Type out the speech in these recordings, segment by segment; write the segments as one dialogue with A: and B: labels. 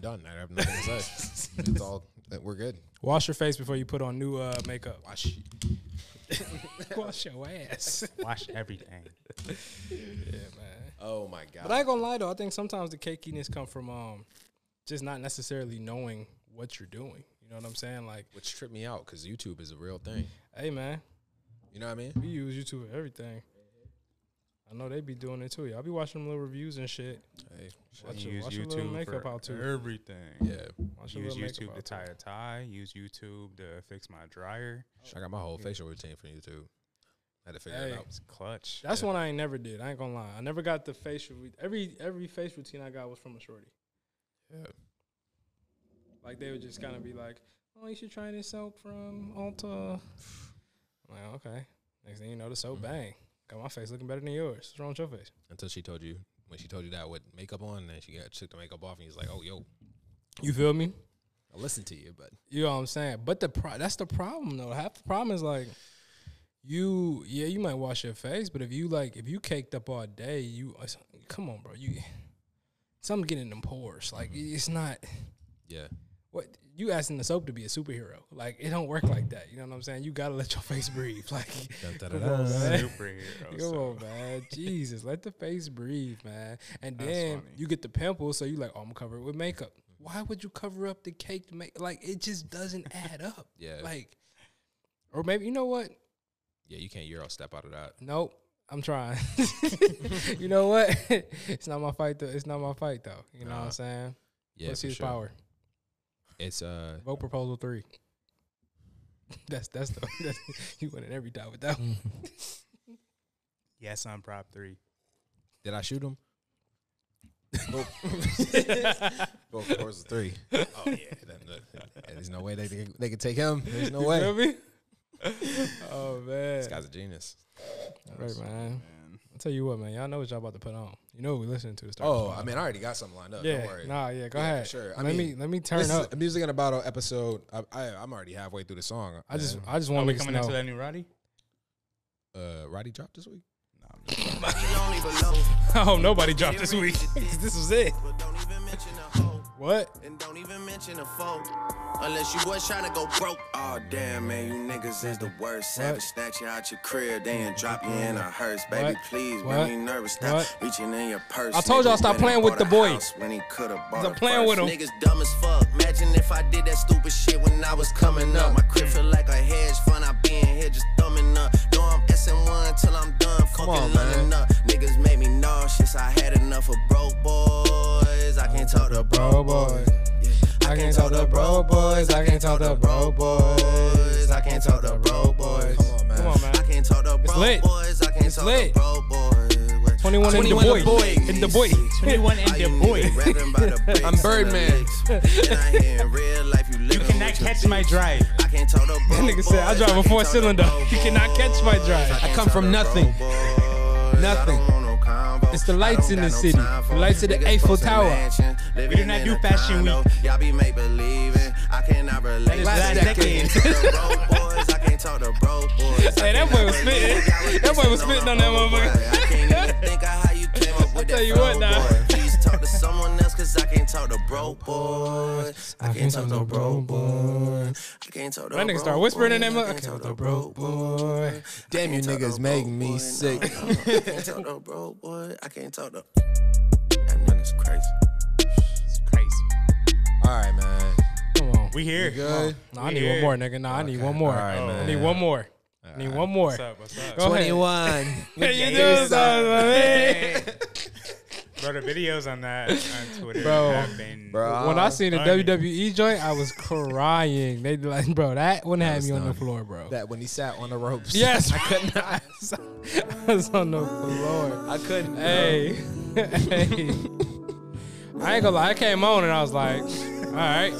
A: done. I have nothing to say. it's all that we're good.
B: Wash your face before you put on new uh, makeup.
A: Wash.
B: Wash your ass.
C: Wash everything.
A: Oh my god.
B: But I ain't gonna lie though, I think sometimes the cakiness come from um, just not necessarily knowing what you're doing. You know what I'm saying? Like,
A: Which tripped me out because YouTube is a real thing.
B: hey man,
A: You know what I mean?
B: we use YouTube for everything. I know they be doing it too. Y'all be watching them little reviews and shit.
A: Hey,
B: Watch
C: You
B: your-
C: use
B: watch your little
C: YouTube
B: makeup
C: for
B: out too.
C: everything.
A: yeah.
B: Watch your
C: Use
B: little makeup
C: YouTube to
B: out,
C: tie a tie. Use YouTube to fix my dryer.
A: I got my whole facial routine from YouTube. I had to figure
B: Hey.
A: it out.
C: It's clutch.
B: That's one I ain't never did. I ain't gonna lie. I never got the facial. re- Every every face routine I got was from a shorty.
A: Yeah.
B: Like they would just kind of be like, "Oh, you should try this soap from Ulta." I'm like, okay. Next thing you know, the soap bang got my face looking better than yours. What's wrong with your face?
A: Until she told you when she told you that with makeup on, and then she got took the makeup off, and he's like, "Oh, yo,
B: You feel me?
A: I listen to you, but
B: You know what I'm saying? But the pro- that's the problem though. Half the problem is like you yeah, you might wash your face, but if you like if you caked up all day, you it's- come on, bro. You something getting in them pores. Like
C: Mm-hmm.
B: it's not
A: yeah,
B: what you asking the soap to be a superhero. Like it don't work like that. You know what I'm saying? You gotta let your face breathe. Like
A: Dun, dun,
B: come
A: dun,
B: on,
A: dun.
B: man.
C: Superhero.
B: Come
C: so
B: on, man. Jesus, let the face breathe, man. And
C: That's
B: then
C: funny. Mm-hmm.
B: you get the pimple, so you like, oh, I'm gonna cover it with makeup. Why would you cover up the cake to make like it just doesn't add up?
A: Yeah.
B: Like, or maybe you know what?
A: yeah, you can't euro step out of that.
B: Nope. I'm trying. you know what? it's not my fight though. It's not my fight though. You know what
A: Nah.
B: I'm saying?
A: Yeah,
B: Let's
A: for
B: see his
A: sure.
B: power.
A: It's uh,
B: Vote proposal three. That's that's the that's, you winning every time with that one.
C: Yes, I'm prop three.
A: did I shoot him? Mm-hmm. Well, of course, three. Oh yeah, Then the- yeah, there's no way they they, they could take him. There's no
B: You
A: way.
B: feel me? oh man.
A: This guy's a genius.
B: Right, man.
C: Man.
B: I'll tell you what, man. Y'all know what y'all about to put on. You know what we're listening to. to start
A: Oh,
B: this
A: I mean, I already got something lined up.
B: podcast. yeah.
A: Don't worry.
B: Nah, yeah. Go
A: Yeah, for
B: ahead.
A: sure. I
B: let me
A: mean,
B: let me
A: This
B: turn
A: is
B: up.
A: a music in a bottle episode. I, I I'm already halfway through the song.
B: I just
A: and,
B: I just
C: Are
B: want
C: we
B: niggas to
C: coming into
B: know.
C: that new Roddy?
A: uh, Roddy dropped this week.
C: No, I'm just
B: oh, nobody dropped this week. 'Cause this was it.
D: But don't even mention a hoe,
B: What?
D: and don't even mention a foe. Unless you was trying to go broke. Oh damn, man, you niggas is the worst. Savage snatch you out your crib, then drop you in a hearse. Baby,
B: What?
D: please,
B: What?
D: man, we nervous. Stop
B: What?
D: reaching in your purse.
B: I told y'all
D: Nigga
B: stop
D: went and
B: playing with
D: bought
B: the
D: a
B: boy.
D: house when he coulda bought
B: Stop
D: a
B: playing with
D: purse.
B: him.
D: Niggas dumb as fuck. Imagine if I did that stupid shit when I was coming up. My crib feel like a hedge fund. I be in here just thumbing up. No, I'm SN1 till I'm done. Come
A: on, man.
D: up. Niggas made me nauseous. I had enough of broke boys. I can't talk to
B: Bro
D: bro
B: boy.
D: boys. Yeah. I can't talk to
B: Oh,
D: bro boys. I can't talk to bro boys. I can't talk to bro boys.
A: Come on, man.
B: Come on, man.
D: I can't talk to bro
B: lit.
D: boys. I can't
B: It's
D: talk
B: lit.
D: to bro boys.
B: 21 and the boy. And the boy.
C: 21 and the boy.
D: I'm
A: Birdman.
D: You
C: You cannot catch my drive.
D: I can't talk to bro
B: That nigga said, "I drive a
D: can't
B: four
D: talk to
B: cylinder.
D: bro
B: You cannot catch my
D: boys.
B: drive. I
D: can't
A: come
D: talk
A: from
D: to bro
A: nothing.
D: boys. I
A: Nothing.
D: don't want no combo.
B: It's the lights
D: I
B: in
D: don't
B: the
D: got no
B: city.
D: time for
B: The lights of the
D: niggas
B: Eiffel
D: posting
B: Tower.
D: mansion,
C: We do
D: living
C: not
D: in
C: do
D: a
C: fashion
D: condo.
C: week.
D: Y'all be make believing. I cannot relate.
C: Last
D: I can't
C: decade.
D: talk to bro boys. I can't talk to bro boys. I
B: Hey, that
D: cannot
B: boy was
D: relate.
B: spitting.
D: Y'all was
B: That boy was
D: dissing
B: spitting on that
D: a bro
B: motherfucker.
D: boy. I can't even think of how you came up with
B: tell
D: that
B: you
D: flow,
B: what, nah.
D: boy. Please talk to someone else, cause I can't talk to bro boys. I can't talk to bro boys. I can't talk to
B: That nigga
D: bro
B: start whispering in that
D: boys.
B: mother-
D: I
B: I
D: can't
B: can't
D: talk to
B: talk to
D: bro boy.
A: Damn, you
D: Can't talk
A: niggas
D: to
A: make
D: bro
A: me
D: boy. No,
A: sick.
D: no, no. I can't talk to bro boy. I can't talk to. That nigga's crazy.
C: It's crazy.
A: All right, man.
B: Come on.
C: We here.
A: Good.
B: Nah, I need one
C: Yeah.
B: more, nigga. Nah, I need one more.
A: All right,
B: I need
A: man.
B: one more. I need one more.
C: What's up? What's up?
B: Go ahead.
A: Twenty-one.
B: you doing something, man.
C: Bro, the videos on that on Twitter
B: Bro.
C: have been.
A: Bro,
B: When I seen the
C: funny.
B: WWE joint, I was crying. They be like, bro, that one had
A: was
B: me on the
A: dumb.
B: floor, bro.
A: that when he sat on the ropes.
B: Yes, I could not. I was on the floor.
A: I couldn't.
B: Hey, hey. I ain't gonna lie. I came on and I was like, all right,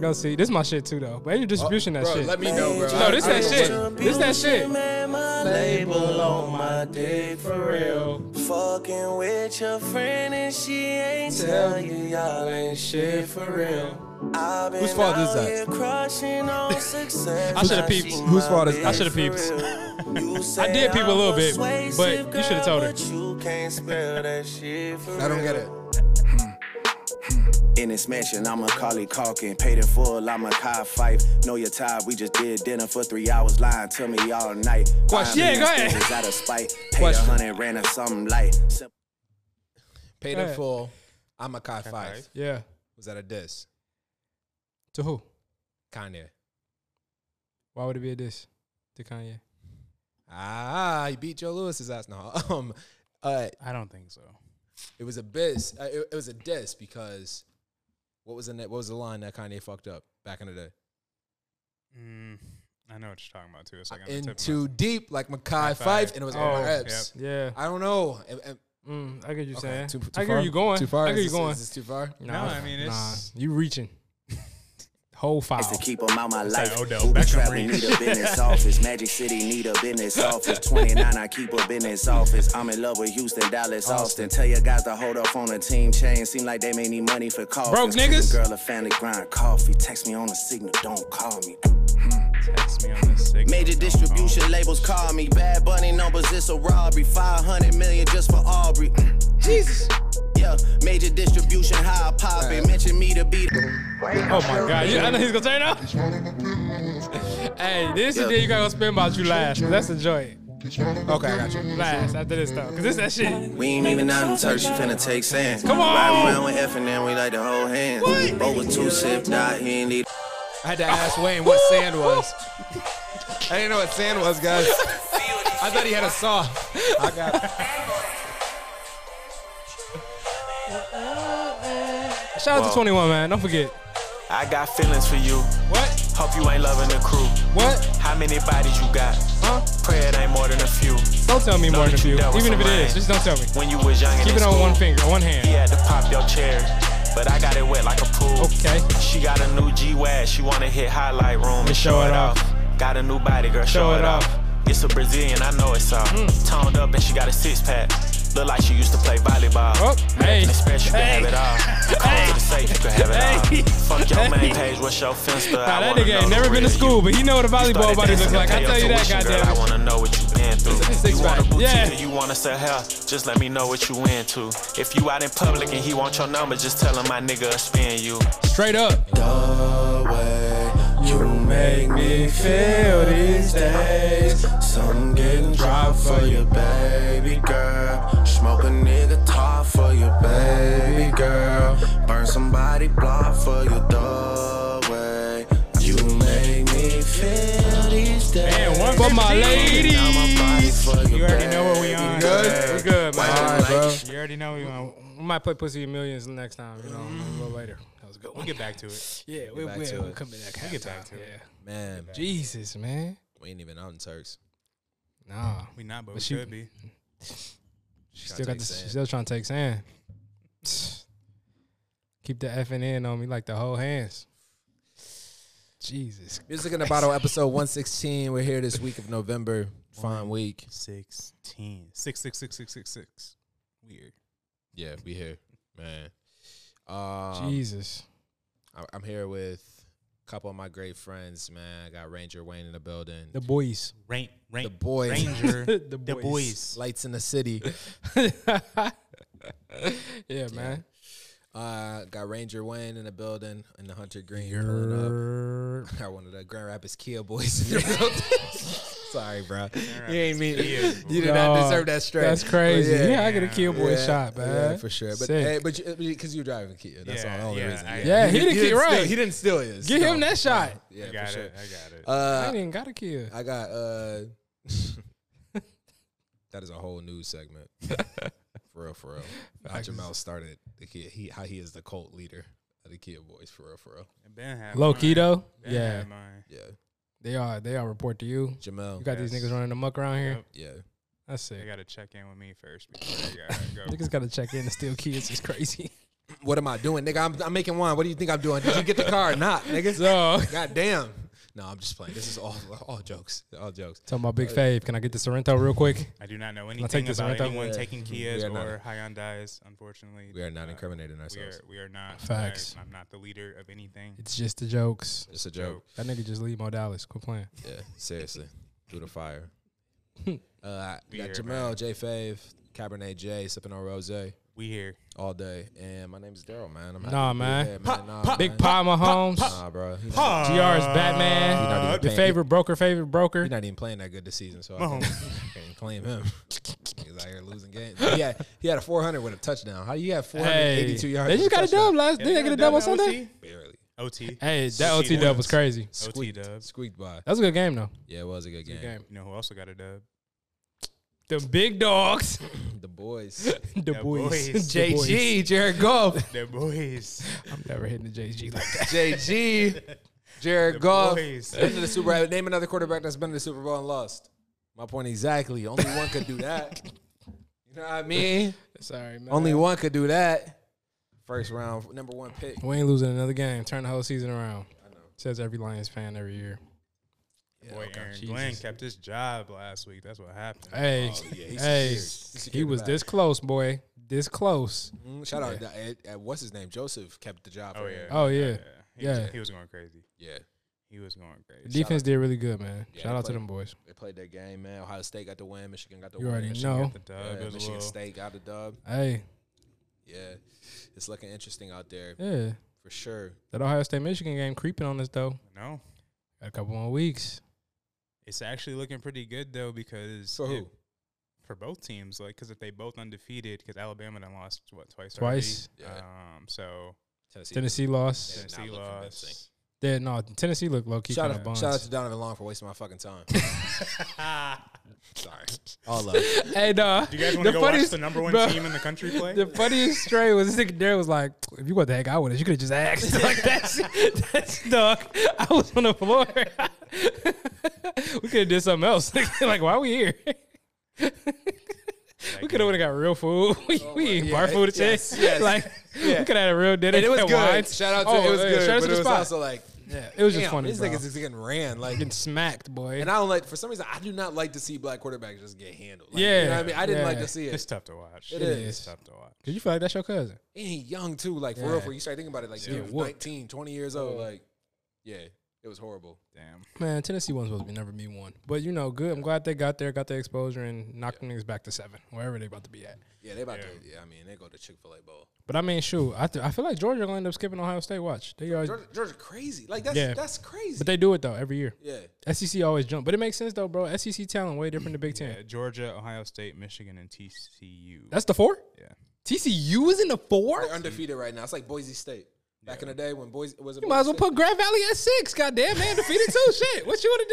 B: go see. This is my shit too, though. But ain't distribution that
A: bro,
B: shit.
A: let me know, bro.
B: no, this
A: I- I
B: that
A: don't
B: shit. This that shit.
D: Man, my label on my dick for real. Fucking with your friend and she ain't tell you y'all ain't shit for real. I've been
A: Whose fault is
D: out
A: that?
D: here crushing on success.
B: I shoulda
D: Now
B: peeped.
D: she
A: Whose
D: my
A: fault is-
D: bitch
A: I
B: shoulda
D: for
B: peeped.
D: real. You
B: I did
D: said
B: peep a little
D: I'm
B: bit,
D: persuasive,
B: but you shoulda told her.
D: girl, but You can't spell that shit for
A: I don't
D: real.
A: get it.
D: In this mansion, I'm a Carly Calkin. Paid in full, I'm a Kai Fife. Know your time, we just did dinner for three hours. Lying to me all night.
B: Question. Yeah,
D: Buying
B: go
D: me
B: ahead.
D: excuses Out of spite. Paid a
B: Question.
D: hundred, ran or something light. Sim-
A: Paid in
B: Right.
A: full. I'm a Kai Five.
C: Fife.
B: Yeah.
A: Was that a diss?
B: To who?
A: Kanye.
B: Why would it be a diss to Kanye?
A: Ah, he beat Joe Lewis's ass. No, um, uh,
C: I don't think so.
A: it was a diss. Uh, it, it was a diss because what was the net, what was the line that Kanye fucked up back in the day?
C: Mm, I know what you're talking about too. It's like on the tip
A: In
C: of my-
A: too deep, like Makai
C: Fife.
A: Fife, and it was on
C: Oh,
A: my reps.
B: Yeah.
A: I don't know. Am- am-
B: Mm, I get you
A: okay,
B: saying.
A: too- too
B: I get
A: far?
B: where you going.
A: Too far?
B: I get
A: Is
B: you
A: this-
B: going.
A: Is this too far?
B: Nah,
C: No, I mean, it's-
B: nah, you reaching. Whole foul.
D: to keep 'em out my life.
C: like Odell
D: Uber
C: Beckham
D: travel
C: reach.
D: need a business office. Magic City need a business office. 29, I keep a business office. I'm in love with Houston, Dallas, Austin. Tell your guys to hold up on the team chain. Seem like they may need money for coffee.
B: Broke niggas?
D: Girl, a family grind coffee. Text me on the signal, don't call me.
C: Text me on this signal.
D: Major
C: Don't
D: distribution labels call me. Bad bunny numbers, it's a robbery. 500 million just for Aubrey. Jesus. Yeah, major distribution, high poppin'. Mention me to be the.
B: Oh my god, you, I know he's gonna turn up. hey, this is the day you gotta spin about you last. 'cause That's the joy.
A: Okay, I got you.
B: Last after this stuff, cause this that shit.
D: We ain't even out in Turks, she finna take sand.
B: Come on!
D: Ride around with F and then we like to hold hands.
B: What?
D: Over two sip, die, he ain't need.
A: I had to ask Wayne what sand was. I didn't know what sand was, guys. I thought he had a saw. I got
B: Shout out to
E: Wow.
B: 21, man. Don't forget.
E: I got feelings for you.
B: What?
E: Hope you ain't loving the crew.
B: What?
E: How many bodies you got?
B: Huh?
E: Pray it ain't more than a few.
B: Don't tell me more than a few.
E: That was
B: Even if it
E: some
B: is,
E: rain.
B: just don't tell me.
E: When you was young and
B: Keep
E: in
B: it on
E: school,
B: one finger, one
E: He
B: hand.
E: had to pop your cherry, but I got it wet like a pool.
B: Okay.
E: She got a new G-Wag. She wanna hit highlight room and show it off. Got a new body, girl, show, it off. It's a Brazilian, I know it's off.
B: Mm.
E: Toned up and she got a six pack. Look like she used to play volleyball.
B: Oh, hey.
E: Making it special, you
B: Hey.
E: can have it all. Come to the safe, you can have it
B: Hey.
E: all. Fuck your
B: Hey.
E: main page, what's your finster?
B: Nah, that nigga ain't never been to school, but he know what a volleyball body looks like. I tell you that,
E: I
B: goddamn. it.
E: wanna know what you been through.
B: Six
E: you want a
B: pack.
E: boutique
B: Yeah.
E: or you wanna sell hair? Just let me know what you into. If you out in public and he want your number, just tell him my nigga spin you.
B: Straight up.
D: The way you make me feel these days. Some getting dropped for your baby girl. Smoke a nigga top for your baby girl. Burn somebody block for your doorway. You make me feel these days.
C: And one
B: For my
C: 15.
B: lady.
D: Now my body for your
C: You already know what we
D: baby
C: on.
D: girl.
B: Good? We good, man.
D: Why
A: Alright, bro.
D: like
C: You already know we on.
B: We might play Pussy in Millions next time, you know, a little later. That was a good
C: We'll
B: one.
C: get back to it.
B: Yeah, we,
A: back
B: we,
A: to
B: we'll
A: it.
B: come back.
C: We'll get back to it.
A: man.
B: Jesus, man.
A: We ain't even out in Turks.
B: Nah.
C: We not, but, we
B: But she-
C: should be.
B: She still got
A: take
B: this.
A: sand.
B: She's still trying to take sand. Keep the F and N on me like the whole hands. Jesus.
A: Music in the Bottle, episode 116. We're here this week of November. Fine week.
C: 16. 66666. Weird.
A: Yeah, we here, man. Um,
B: Jesus.
A: I- I'm here with a couple of my great friends, man. I got Ranger Wayne in the building.
B: The boys.
C: Rain, rain,
A: The boys.
C: Ranger.
B: The
C: The
B: boys.
C: boys.
A: Lights in the city.
B: yeah, man.
A: Uh, got Ranger Wayne in the building and the Hunter Green pulling up.
B: Err.
A: Got one of the Grand Rapids Kia boys in the building. Sorry, bro. You ain't mean
C: Kia.
A: you did not
B: Dog,
A: deserve that straight.
B: That's crazy.
A: But
B: Yeah, I get a kill boy
A: yeah,
B: shot, man.
A: Yeah, for sure. But
B: Sick.
A: hey, but because you, are driving Kia, that's
C: Yeah,
A: the only
C: yeah,
A: reason.
C: I-
B: Yeah, he didn't
A: steal-
B: right.
A: he didn't steal his.
B: Get him
A: No.
B: that shot.
A: Yeah,
C: I got
A: for sure.
C: it. I got it.
B: I
A: Uh,
B: ain't even got a kill.
A: I got uh that is a whole new segment. for real, for real. How Jamel started the kid he how he is the cult leader of the Kia boys, for real, for real.
C: Ben had
B: Low
C: mine.
B: key though.
C: Ben
B: Yeah.
C: had mine.
A: Yeah.
B: They are they all report to you. You
A: Jamel.
B: got these
C: Yes.
B: niggas running amok around here.
C: Yep.
A: yeah.
B: That's
C: They
B: sick.
C: got to check in with me first before they gotta go.
B: Niggas gotta check in and steal kids is crazy.
A: What am I doing? Nigga, I'm, I'm making wine. What do you think I'm doing? Did you get the car or not, nigga?
B: So
A: God damn. No, I'm just playing. This is all all jokes. All jokes.
B: Talking about Big Fave, can I get the Sorrento real quick?
C: I do not know
B: I
C: anything
B: take this
C: about
B: right out?
C: anyone
A: Yeah.
C: taking
A: We
C: Kias
A: are not-
C: or Hyundai's. Unfortunately,
A: We are not
C: Uh,
A: incriminating
C: We are,
A: ourselves.
C: we are not.
B: Facts.
C: I, am not the leader of anything.
B: It's just the jokes.
A: It's a joke.
B: That nigga just leave Mo Dallas. Quit playing.
A: Yeah, seriously. Through the fire. Uh, I
C: We
A: got
C: here,
A: Jamel,
C: man.
A: J Fave, Cabernet J, sipping on rose.
C: We here.
A: all day. And my name is Daryl, man. I'm happy
B: Nah,
A: to be
B: man.
A: here, man. Nah,
B: Big
A: man.
B: Pie Mahomes,
A: Nah, bro. He's
B: GR's
C: Uh,
B: Batman,
A: not even
B: your
A: paying-
B: favorite broker, favorite broker.
A: He's not even playing that good this season, so I can't, I can't claim him. He's out here losing games. He had, he had a 400 with a touchdown. How you had 482
B: Hey,
A: yards?
B: they just
A: with
B: got a
A: touchdown?
B: dub last. Did they
C: E
B: get a dub on
C: that
B: Sunday?
A: Barely.
C: OT.
B: Hey, that OT
C: Sixteen
B: dub was
C: points.
B: crazy.
C: OT
A: Squeaked,
C: dub.
A: squeaked by.
B: That was a good game though.
A: Yeah, it was a good game.
B: Good game.
C: You know who also got a dub?
B: The big dogs,
A: The boys.
B: the
C: Yeah,
B: boys,
C: boys.
B: The boys.
F: JG, Jared Goff.
C: The boys.
B: I'm never hitting the JG like that.
F: JG, Jared Goff.
C: boys.
F: Been to the Super Bowl.
A: Name another quarterback that's been to the Super Bowl and lost. My point exactly. Only one could do that.
F: You know what I mean?
B: Sorry, man.
A: Only one could do that. First round, number one pick.
B: We ain't losing another game. Turn the whole season around. I know. Says every Lions fan every year.
C: Boy, Aaron Glenn kept his job last week. That's what happened.
B: Hey, hey, he was this close, boy. This close.
A: Mm, Shout out to, uh, uh, what's his name? Joseph kept the job.
C: Oh
A: for
C: yeah.
A: him.
B: Oh, yeah.
C: He
B: Yeah.
C: Was, he was going crazy.
A: yeah.
C: He was going crazy.
B: The defense did really good, man.
A: Yeah,
B: Shout
A: they
B: out to
A: played-
B: them boys.
A: They played that game, man. Ohio State got the win. Michigan got the
B: You
A: win.
B: already
A: Michigan
B: know.
A: got
C: The
A: the- yeah,
C: dub was a
A: Michigan
C: little-
A: State got the dub.
B: Hey,
A: Yeah, it's looking interesting out there
B: yeah.
A: for sure.
B: That Ohio State Michigan game creeping on us though.
C: No.
B: Got a couple more weeks.
C: It's actually looking pretty good though because
A: For who?
C: it- for both teams, like because if they both undefeated, because Alabama done lost what twice,
B: Twice.
A: Yeah.
C: already? Um, so
A: Tennessee.
B: Tennessee lost.
A: Yeah. not
C: Tennessee
A: look
C: lost.
B: They, no, Tennessee looked low key
A: Shout
B: kind of
A: out,
B: buns.
A: shout out to Donovan Long for wasting my fucking time. Sorry. All love.
B: hey, nah.
C: Do you guys want
B: The
C: to go watch
B: funniest-
C: the number one
B: bro.
C: team in the country play?
B: The funniest stray was this nigga there was like, if you want to hang out with us, you could have just asked. Like that's that's dog. I was on the floor. we could have did something else. like why we here? we could have would have got real food. we we eat bar food today.
A: Yes, yes.
B: Like we could have had a real dinner.
A: And it was
B: had
A: good.
B: wines.
A: Shout out to
B: Oh,
A: it was
B: yeah,
A: good,
B: Shout out
A: but
B: to the
A: it was
B: spot.
A: also like
B: yeah, it was just
A: damn,
B: funny.
A: These
B: bro.
A: niggas is getting ran like.
B: getting smacked, boy.
A: And I don't like for some reason I do not like to see black quarterbacks just get handled. Like, you
B: Yeah,
A: know what I mean I didn't like
B: yeah.
A: to see
C: It's
A: it.
C: tough to watch.
A: It
B: is.
C: It's tough to watch.
B: Cause you feel like that's your cousin.
A: And he young too, like for
B: Yeah.
A: real. For you start thinking about it, like
B: Yeah,
A: dude,
B: whoop.
A: 19, 20 years old, like yeah, it was horrible.
C: Damn.
B: Man, Tennessee wasn't supposed to be never be one. But you know, good. I'm glad they got there, got their exposure, and knocked them niggas back to seven, wherever they about to be at.
A: Yeah, they about to. Yeah, I mean they go to Chick Fil A Bowl.
B: But I mean, shoot, I, th- I feel like Georgia gonna end up skipping Ohio State. Watch, they always,
A: Georgia, Georgia crazy. Like that's
B: Yeah.
A: that's crazy.
B: but they do it though every year.
A: yeah,
B: SEC always jump, but it makes sense though, bro. SEC talent way different than Big Ten.
C: Yeah, Georgia, Ohio State, Michigan, and TCU.
B: That's the four.
C: yeah.
B: TCU is in the four.
A: they're undefeated right now. It's like Boise State. Back in the day when Boise was it
B: You might as well put Grand Valley at six. Goddamn, man, defeated too. Shit, what you want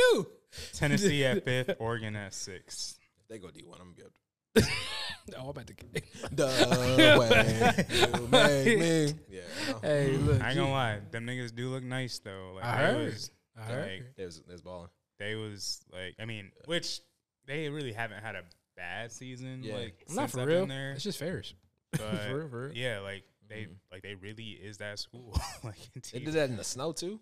B: to
C: Tennessee at fifth, Oregon at sixth.
A: they go D one. I'm good.
B: do? Oh, I'm about to get.
A: The way you make me. Yeah, I know.
B: Hey, look,
C: I ain't gonna lie, them niggas do look nice though. Like
B: I
C: they
B: heard.
C: was
B: I heard.
C: like
A: It was it was balling.
C: they was like I mean, which they really haven't had a bad season.
A: Yeah.
C: Like
B: I'm not
C: since
B: for
C: I've
B: real.
C: Been there,
B: It's just Ferris.
C: but
B: for real, for real.
C: yeah, like they like they really is that school. like
A: They did
C: it,
A: Mm-hmm. that in the snow too.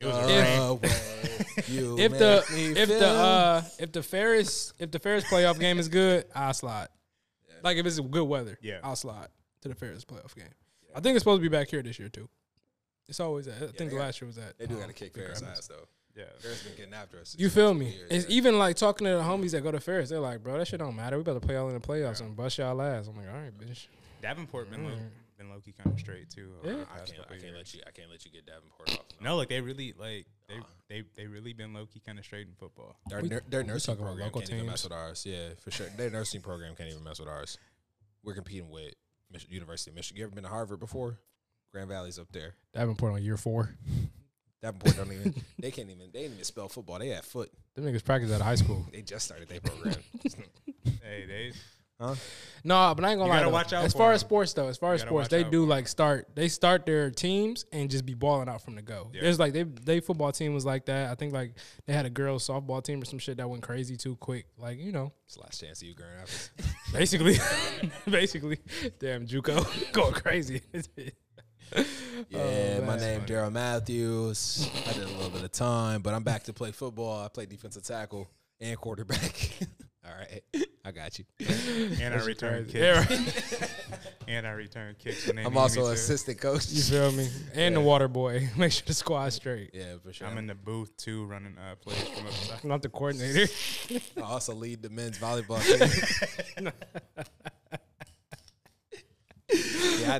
C: it was a rain.
A: The way you
B: if
A: make
B: the
A: me
B: if
A: feel.
B: the uh if the Ferris if the Ferris playoff game is good, I'll slide. Like if it's good weather,
C: Yeah.
B: I'll slide to the Ferris playoff game. I think it's supposed to be back here this year too. It's always that. I think the
A: got-
B: last year was that.
A: they do
B: um,
A: got to kick Ferris ass though.
C: Yeah,
A: Ferris been getting after us.
B: You feel me?
A: Years,
B: It's
A: yeah.
B: even like talking to the homies that go to Ferris. They're like, "Bro, that shit don't matter. We better play all in the playoffs and bust y'all ass." I'm like, "All right, bitch."
C: Davenport been low, been low key kind of straight too. over
B: Mm. Yeah.
C: the
A: I
C: past
A: can't,
C: couple
A: I can't
C: years.
A: let you. I can't let you get Davenport off.
C: No, like they really like they they they really been low key kind of straight in football.
A: Their,
B: We-
A: nur- their
B: we
A: nursing
B: talking about
A: program
B: local
A: can't even mess
B: teams.
A: with ours. Yeah, for sure. Their nursing program can't even mess with ours. We're competing with Mich- University of Michigan. You ever been to Harvard before? Grand Valley's up there.
B: Davenport on year four.
A: Davenport don't even. They can't even. They didn't even spell football. They had foot.
B: Them niggas practice out of high school.
A: They just started their program.
C: hey, they
B: No, but I ain't gonna lie.
C: You gotta
B: though.
C: watch out
B: as
C: for
B: far
C: 'em.
B: as sports though, as far as
C: gotta
B: sports,
C: watch
B: they
C: out
B: do
C: for 'em.
B: like start. They start their teams and just be balling out from the go. There's like they they football team was like that. I think like they had a girls softball team or some shit that went crazy too quick. Like you know,
A: it's the last chance of you, Grand Rapids.
B: basically, basically, damn JUCO going crazy. Oh,
A: Yeah, my name Daryl Matthews. I did a little bit of time, but I'm back to play football. I play defensive tackle and quarterback. All right, I got you.
C: and I return kicks.
B: yeah, right.
C: And I return kicks. When they
A: I'm
C: need me
A: also
C: to.
A: assistant coach.
B: you feel me? And the water boy, make sure the squad's straight.
A: Yeah, for sure.
C: I'm in the booth too, running uh, plays from up top.
B: I'm not the coordinator.
A: I also lead the men's volleyball team. I know.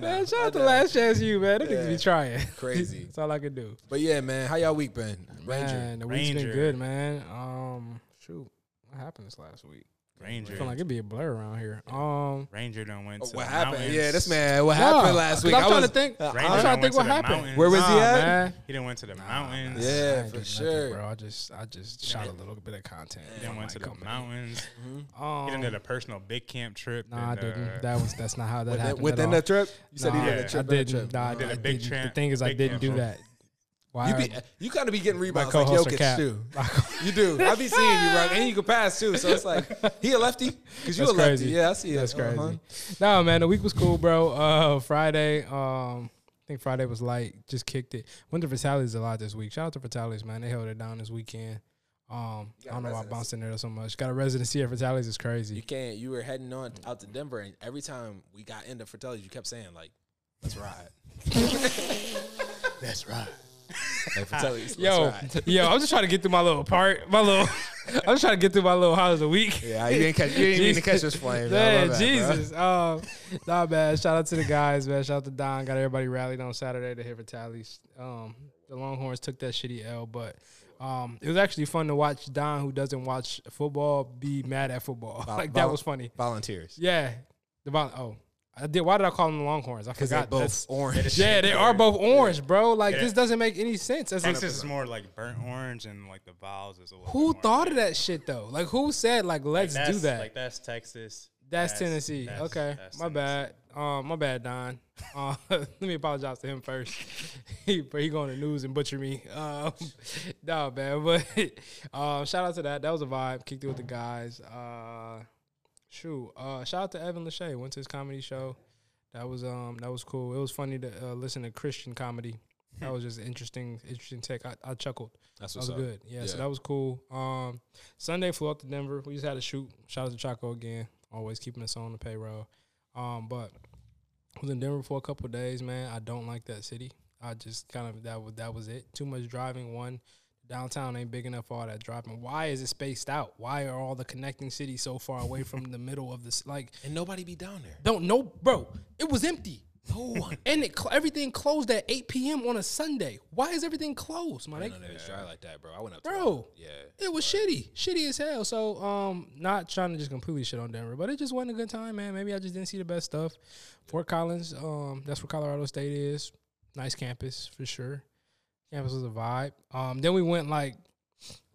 B: Man, shout
A: I
B: out to
A: know.
B: Last Chance You, man. Them niggas
A: Yeah.
B: be trying.
A: Crazy.
B: That's all I can do.
A: But yeah, man, how y'all week been? Ranger.
B: Man, the week's been
C: Ranger.
B: good, man. Um, shoot, what happened this last week? I
C: Ranger.
B: feel like it'd be a blur around here. Um,
C: Ranger done went
A: Oh,
C: to
A: what
C: the
A: happened?
C: mountains.
A: Yeah, this man. What happened last week?
B: I'm trying
A: was-
B: to think.
A: Uh,
C: Ranger
B: I'm trying
C: done
B: to
C: went
B: think what
C: the
B: happened.
C: mountains.
A: Where was he
B: Nah,
A: at?
B: man.
C: He done went to the mountains.
A: Yeah,
B: I ain't
A: for
B: do nothing,
A: sure.
B: bro. I just, I just shot a little bit of content.
C: He done
B: on
C: went
B: my
C: to the
B: company.
C: mountains.
B: Um,
A: Mm-hmm.
C: He done did a personal big camp trip.
B: Nah, I
C: and, uh,
B: didn't. That was that's not how that
A: Within,
B: happened. at
A: within
B: all.
A: the trip? You said
B: Nah,
A: he did
C: Yeah,
A: a trip.
B: I
A: in the
B: didn't.
A: trip.
B: Nah,
C: Did a
B: I
C: big
B: didn't.
C: tran-
B: the thing is, I
C: big
B: didn't do
C: cancel.
B: that. Why?
A: You,
B: are-
A: be, you kind of be getting
B: my
A: rebounds like
B: co-host are
A: Jokic
B: cap.
A: too.
B: My co-
A: You do. I be seeing you, right? And you can pass too. So it's like he a lefty because you
B: That's
A: a lefty.
B: crazy.
A: Yeah, I see it.
B: That's crazy.
A: Uh-huh.
B: No, man, the week was cool, bro. Uh, Friday, um, I think Friday was light. Just kicked it. Went to Vitali's a lot this week. Shout out to Vitali's, man. They held it down this weekend. Um, I
A: got
B: don't know why I
A: residency.
B: bounced in there so much. Got a residency at Vitali's. It's crazy.
A: You can't. You were heading on out to Denver, and every time we got into Fratelli's, you kept saying like, "Let's ride." That's right. Hey, Fratelli's.
B: yo,
A: Let's ride.
B: yo, I'm just trying to get through my little part. My little, I'm just trying to get through my little holiday the week.
A: Yeah, you didn't catch. You didn't mean to
B: Jesus.
A: catch this flame. bro.
B: Yeah,
A: My bad, bro.
B: Jesus. Um, nah, man. Shout out to the guys, man. Shout out to Don. Got everybody rallied on Saturday to hit Vitalis. Um, the Longhorns took that shitty L, but um, it was actually fun to watch Don, who doesn't watch football, be mad at football.
A: Vol-
B: like that
A: vol-
B: was funny.
A: Volunteers.
B: Yeah. The vol- oh, I did. Why did I call them the Longhorns? I
A: Because they're
B: forgot.
A: both
B: That's-
A: orange.
B: yeah, they are both orange, bro. Like
C: Yeah.
B: this doesn't make any sense. As a-
C: Texas is more like burnt orange and like the vowels is a little.
B: who
C: bit more
B: thought
C: like-
B: of that shit though? Like who said like let's
C: Like,
B: do
C: that's-
B: that?
C: Like that's Texas.
B: That's, Tennessee.
C: that's-
B: okay,
C: that's
B: my
C: Tennessee.
B: bad. Um, my bad, Don. Uh, let me apologize to him first. he, but he going to news and butcher me. Um, no, man. But uh, shout out to that. That was a vibe. Kicked it with the guys. Uh, shoot. Uh, shout out to Evan Lachey. Went to his comedy show. That was um that was cool. It was funny to uh, listen to Christian comedy. That was just interesting, interesting take. I, I chuckled.
A: That's
B: That
A: what's up.
B: was good. Yeah, so
A: Yeah.
B: that was cool. Um, Sunday flew out to Denver. We just had a shoot. Shout out to Chaco again. Always keeping us on the payroll. Um, but was in Denver for a couple of days, man. I don't like that city. I just kind of that was that was it. Too much driving. One downtown ain't big enough for all that driving. Why is it spaced out? Why are all the connecting cities so far away from the middle of this? Like,
A: And nobody be down there.
B: don't know, bro. It was empty.
A: No one.
B: And it cl- everything closed at 8 p.m. on a Sunday. Why is everything closed, my
A: I
B: nigga?
A: know it's dry like that, bro. I went up.
B: Bro.
A: To yeah.
B: It was shitty, shitty as hell. So, um, not trying to just completely shit on Denver, but it just wasn't a good time, man. Maybe I just didn't see the best stuff. Fort Collins, um, that's where Colorado State is. Nice campus for sure. Campus was a vibe. Um, then we went like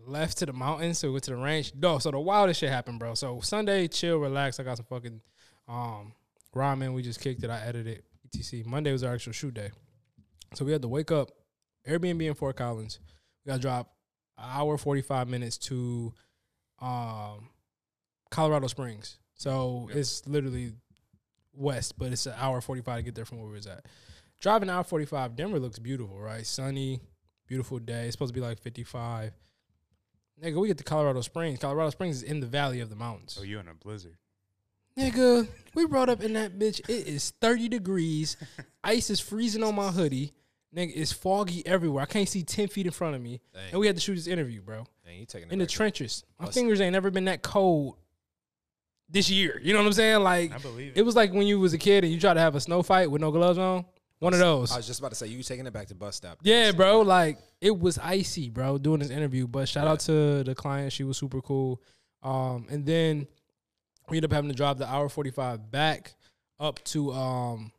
B: left to the mountains, so we went to the ranch. No, so the wildest shit happened, bro. So Sunday, chill, relax. I got some fucking um ramen. We just kicked it. I edited it. ETC. Monday was our actual shoot day, so we had to wake up. Airbnb in Fort Collins. We got to drop an hour forty five minutes to um Colorado Springs. So it's literally west, but it's an hour forty five to get there from where we was at. Driving an hour forty five, Denver looks beautiful, right? Sunny, beautiful day. It's supposed to be like fifty five. Nigga, we get to Colorado Springs. Colorado Springs is in the valley of the mountains.
C: Oh, you in a blizzard?
B: Nigga, we brought up in that bitch. It is 30 degrees. Ice is freezing on my hoodie. Nigga, it's foggy everywhere. I can't see 10 feet in front of me.
A: Dang.
B: And we had to shoot this interview, bro.
A: Man, you taking it
B: In the
A: back.
B: trenches. My
A: Us-
B: fingers ain't never been that cold this year. You know what I'm saying? Like
C: I believe it.
B: it was like when you was a kid and you try to have a snow fight with no gloves on. One of those.
A: I was just about to say you taking it back to bus stop.
B: Yeah, bro. Like it was icy, bro, doing this interview. But shout out to the client. She was super cool. Um, and then we ended up having to drive the hour forty five back up to um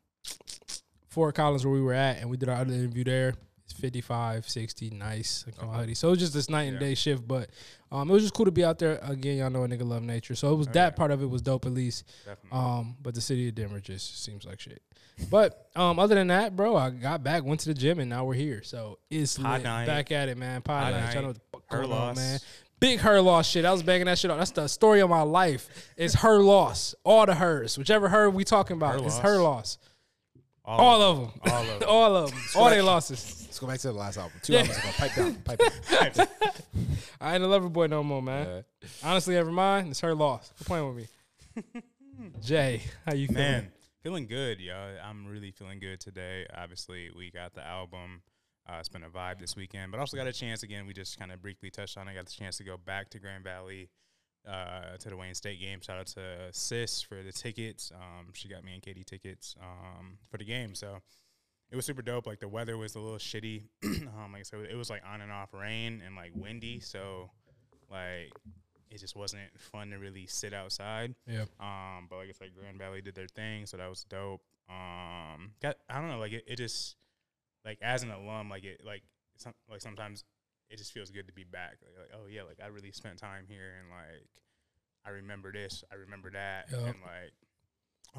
B: Fort Collins where we were at and we did our other interview there. It's 55, 60, nice. Like my hoodie. So it was just this night and day shift, but um it was just cool to be out there. Again, y'all know a nigga love nature. So it was that part of it was dope at least.
C: Oh, Definitely.
B: Um, but the city of Denver just seems like shit. But um, other than that, bro, I got back, went to the gym, and now we're here. So it's
C: Pod
B: lit.
C: night.
B: back at it, man. Pod
C: Pod
B: night. Y'all
C: night.
B: know what the fuck
C: Her
B: going on,
C: loss.
B: man. Big her loss shit. I was banging that shit on. That's the story of my life. It's her loss. All the hers. Whichever her we talking about,
C: Her
B: it's
C: loss.
B: her loss. All of them.
C: All of 'em.
B: All of them. All their losses.
A: Let's go back to the last album. Two albums ago. Pipe down. Pipe down.
B: I ain't a lover boy no more, man. Honestly, ever mind. It's her loss. Quit playing with me. Jay, how you feeling?
C: Man, feeling good, y'all. I'm really feeling good today. Obviously, we got the album. Uh, it's been a vibe this weekend, but also got a chance again. We just kind of briefly touched on. it. got the chance to go back to Grand Valley uh, to the Wayne State game. Shout out to Sis for the tickets. Um, she got me and Katie tickets um, for the game. So it was super dope. Like the weather was a little shitty. um, like I said, it was like on and off rain and like windy. So like it just wasn't fun to really sit outside.
B: Yeah.
C: Um, but like I said, Grand Valley did their thing, so that was dope. Um, got I don't know, like it, it just like as an alum, like it like some like sometimes it just feels good to be back. Like, like, oh yeah, like I really spent time here and like I remember this, I remember that,
B: Yeah.
C: and like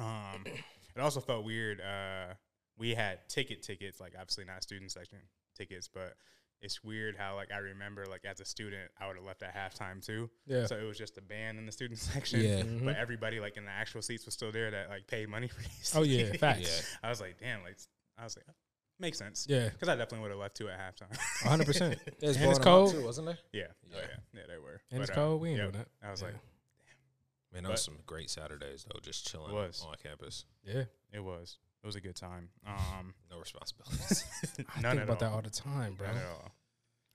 C: um, it also felt weird. Uh, we had ticket tickets, like obviously not student section tickets, but it's weird how like I remember like as a student I would have left at halftime too.
B: Yeah.
C: So it was just the band in the student section.
A: Yeah.
C: But everybody like in the actual seats was still there that like paid money for these.
B: Oh, yeah,
C: tickets.
B: facts.
C: I was like, damn, like I was like, makes sense.
B: Yeah.
C: Because I definitely would have left too at halftime.
B: 100. percent
A: There's
B: And it's
A: Barnum
B: cold.
A: too, wasn't there?
C: yeah. Oh, yeah. Yeah, they were.
B: And it's
C: But, uh,
B: cold. We ain't
C: yep.
B: doing that.
C: I was
B: Yeah.
C: like,
A: Man, that was
C: But-
A: some great Saturdays though, just chilling
C: Was.
A: on campus.
B: Yeah.
C: it was. It was a good time. Um,
A: No responsibilities.
B: I
C: none
B: think
C: at
B: about that
C: all.
B: all the time, bro.
C: Not at all.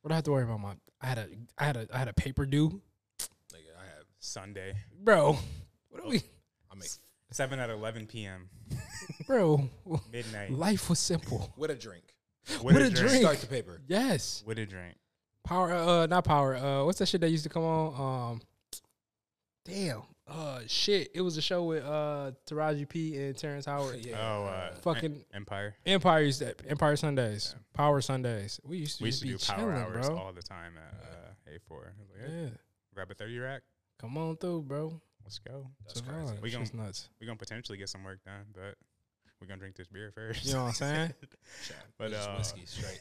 B: What do I have to worry about? My I had a I had a I had a paper due,
A: like I have
C: Sunday,
B: bro. What are we,
A: I make
C: seven at eleven p.m.
B: bro?
C: midnight.
B: Life was simple.
A: what a drink.
C: With
B: a drink.
A: Start the paper.
B: Yes.
C: With a drink.
B: Power, uh, not power. Uh, what's that shit that used to come on? Um, damn. Uh, shit. It was a show with uh Taraji P and Terrence Howard.
A: Yeah.
C: Oh, uh,
B: Fucking
C: Empire.
B: Empire used to, Empire Sundays, Power Sundays. We used to,
C: We used
B: just
C: to do
B: be
C: power
B: chilling,
C: hours
B: bro.
C: all the time at uh, A4. I was like, hey,
B: Yeah,
C: Grab a 30 rack.
B: come on through, bro.
C: Let's go.
A: That's
B: Survive.
A: crazy.
C: We
B: It's just
C: gon-
B: nuts.
C: We're going to potentially get some work done, but we're going to drink this beer first.
B: You know what I'm saying?
C: but
A: just
C: uh,
A: whiskey straight.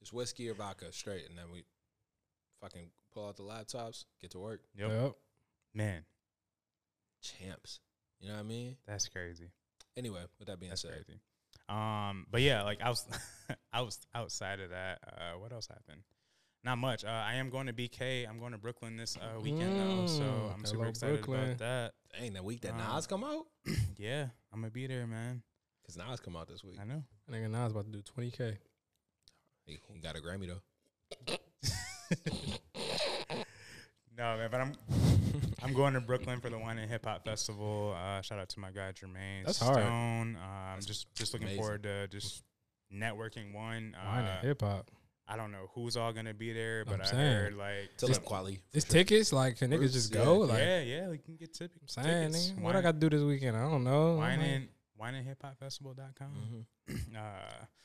A: just whiskey or vodka straight, and then we fucking pull out the laptops, get to work.
C: Yep.
B: Yep.
C: Man,
A: Champs. You know what I mean?
C: that's crazy.
A: Anyway, with that being
C: That's
A: said,
C: crazy. Um, but yeah, like I was, I was outside of that. Uh, what else happened? Not much. Uh, I am going to BK. I'm going to Brooklyn this uh, weekend though, so
B: Mm,
C: I'm super
B: hello,
C: excited
B: Brooklyn.
C: about that.
A: dang, that week that
C: Um,
A: Nas come out?
C: yeah, I'm gonna be there, man.
A: Because Nas come out this week.
C: I know.
B: That Nigga, now about to do 20k.
A: He, he got a Grammy though.
C: No, man, but I'm I'm going to Brooklyn for the Wine and Hip Hop Festival. Uh, shout out to my guy Jermaine
B: That's hard.
C: Stone. Um, just just looking
A: amazing.
C: forward to just networking.
B: Wine
C: One,
B: and
C: uh,
B: hip hop.
C: I don't know who's all gonna be there,
B: That's
C: but
B: what
C: I
B: I'm saying.
C: heard like
A: Tell him Quali.
B: It's tickets. Like, can niggas
A: Groups,
B: just
A: yeah.
B: go? Like,
C: yeah, yeah, like you can get tip-
B: I'm saying,
C: tickets.
B: nigga, what I got to do this weekend? I don't know. I'm
C: wine
B: like,
C: and wine and hip hop festival.com.
B: Mm-hmm.
C: Uh,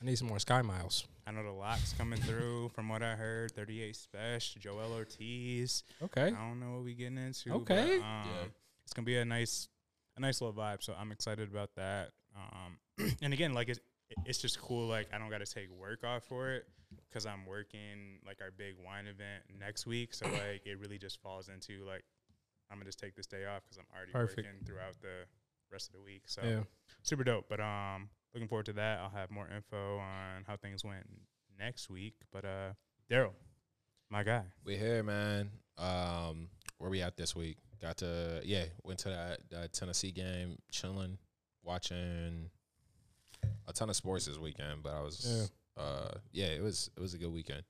B: I need some more Sky Miles.
C: I know the locks coming through from what I heard. Thirty eight special, Joel Ortiz.
B: Okay.
C: I don't know what we getting into.
B: Okay.
C: But, um, It's gonna be a nice, a nice little vibe. So I'm excited about that. Um, and again, like it's it's just cool. Like I don't got to take work off for it because I'm working like our big wine event next week. So like it really just falls into like I'm gonna just take this day off because I'm already
B: Perfect.
C: working throughout the rest of the week. So
B: Yeah.
C: super dope. But um, looking forward to that. I'll have more info on how things went next week. But uh, Daryl, my guy.
A: We here, man. Um, where we at this week? Got to yeah, went to that, that Tennessee game, chilling, watching a ton of sports this weekend. But I was uh yeah, it was it was a good weekend.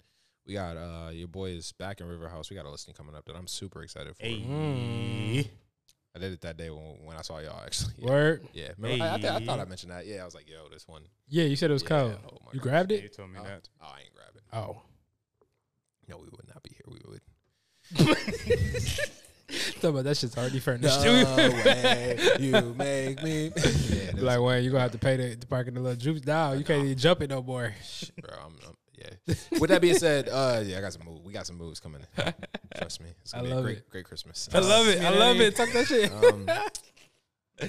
A: We got uh your boy is back in River House. We got a listing coming up that I'm super excited for.
B: Mm.
A: I did it that day when when I saw y'all actually. Yeah,
B: Word.
A: yeah. remember- I, I, thi- I thought I
C: Hey.
A: mentioned that. Yeah, I was like, yo, this one.
B: Yeah, you said it was
A: Yeah,
B: cold.
A: oh my
B: you
A: gosh.
B: grabbed
C: You
B: it?
C: told me
A: Uh,
C: that.
A: Oh, I ain't grab it.
B: Oh.
A: No, we would not be here. We would.
B: Talking about that shit's already furnished.
A: way you make me. yeah, that
B: like, wait, you gonna have to pay the, to park in the little juice. Nah, you can't even jump it no more.
A: bro. I'm, I'm yeah. With that being said, uh, yeah, I got some move. We got some moves coming. Trust me, it's gonna
B: I
A: be
B: love
A: a great,
B: it.
A: great Christmas.
B: I love it. I love it. Talk that shit.
A: Um,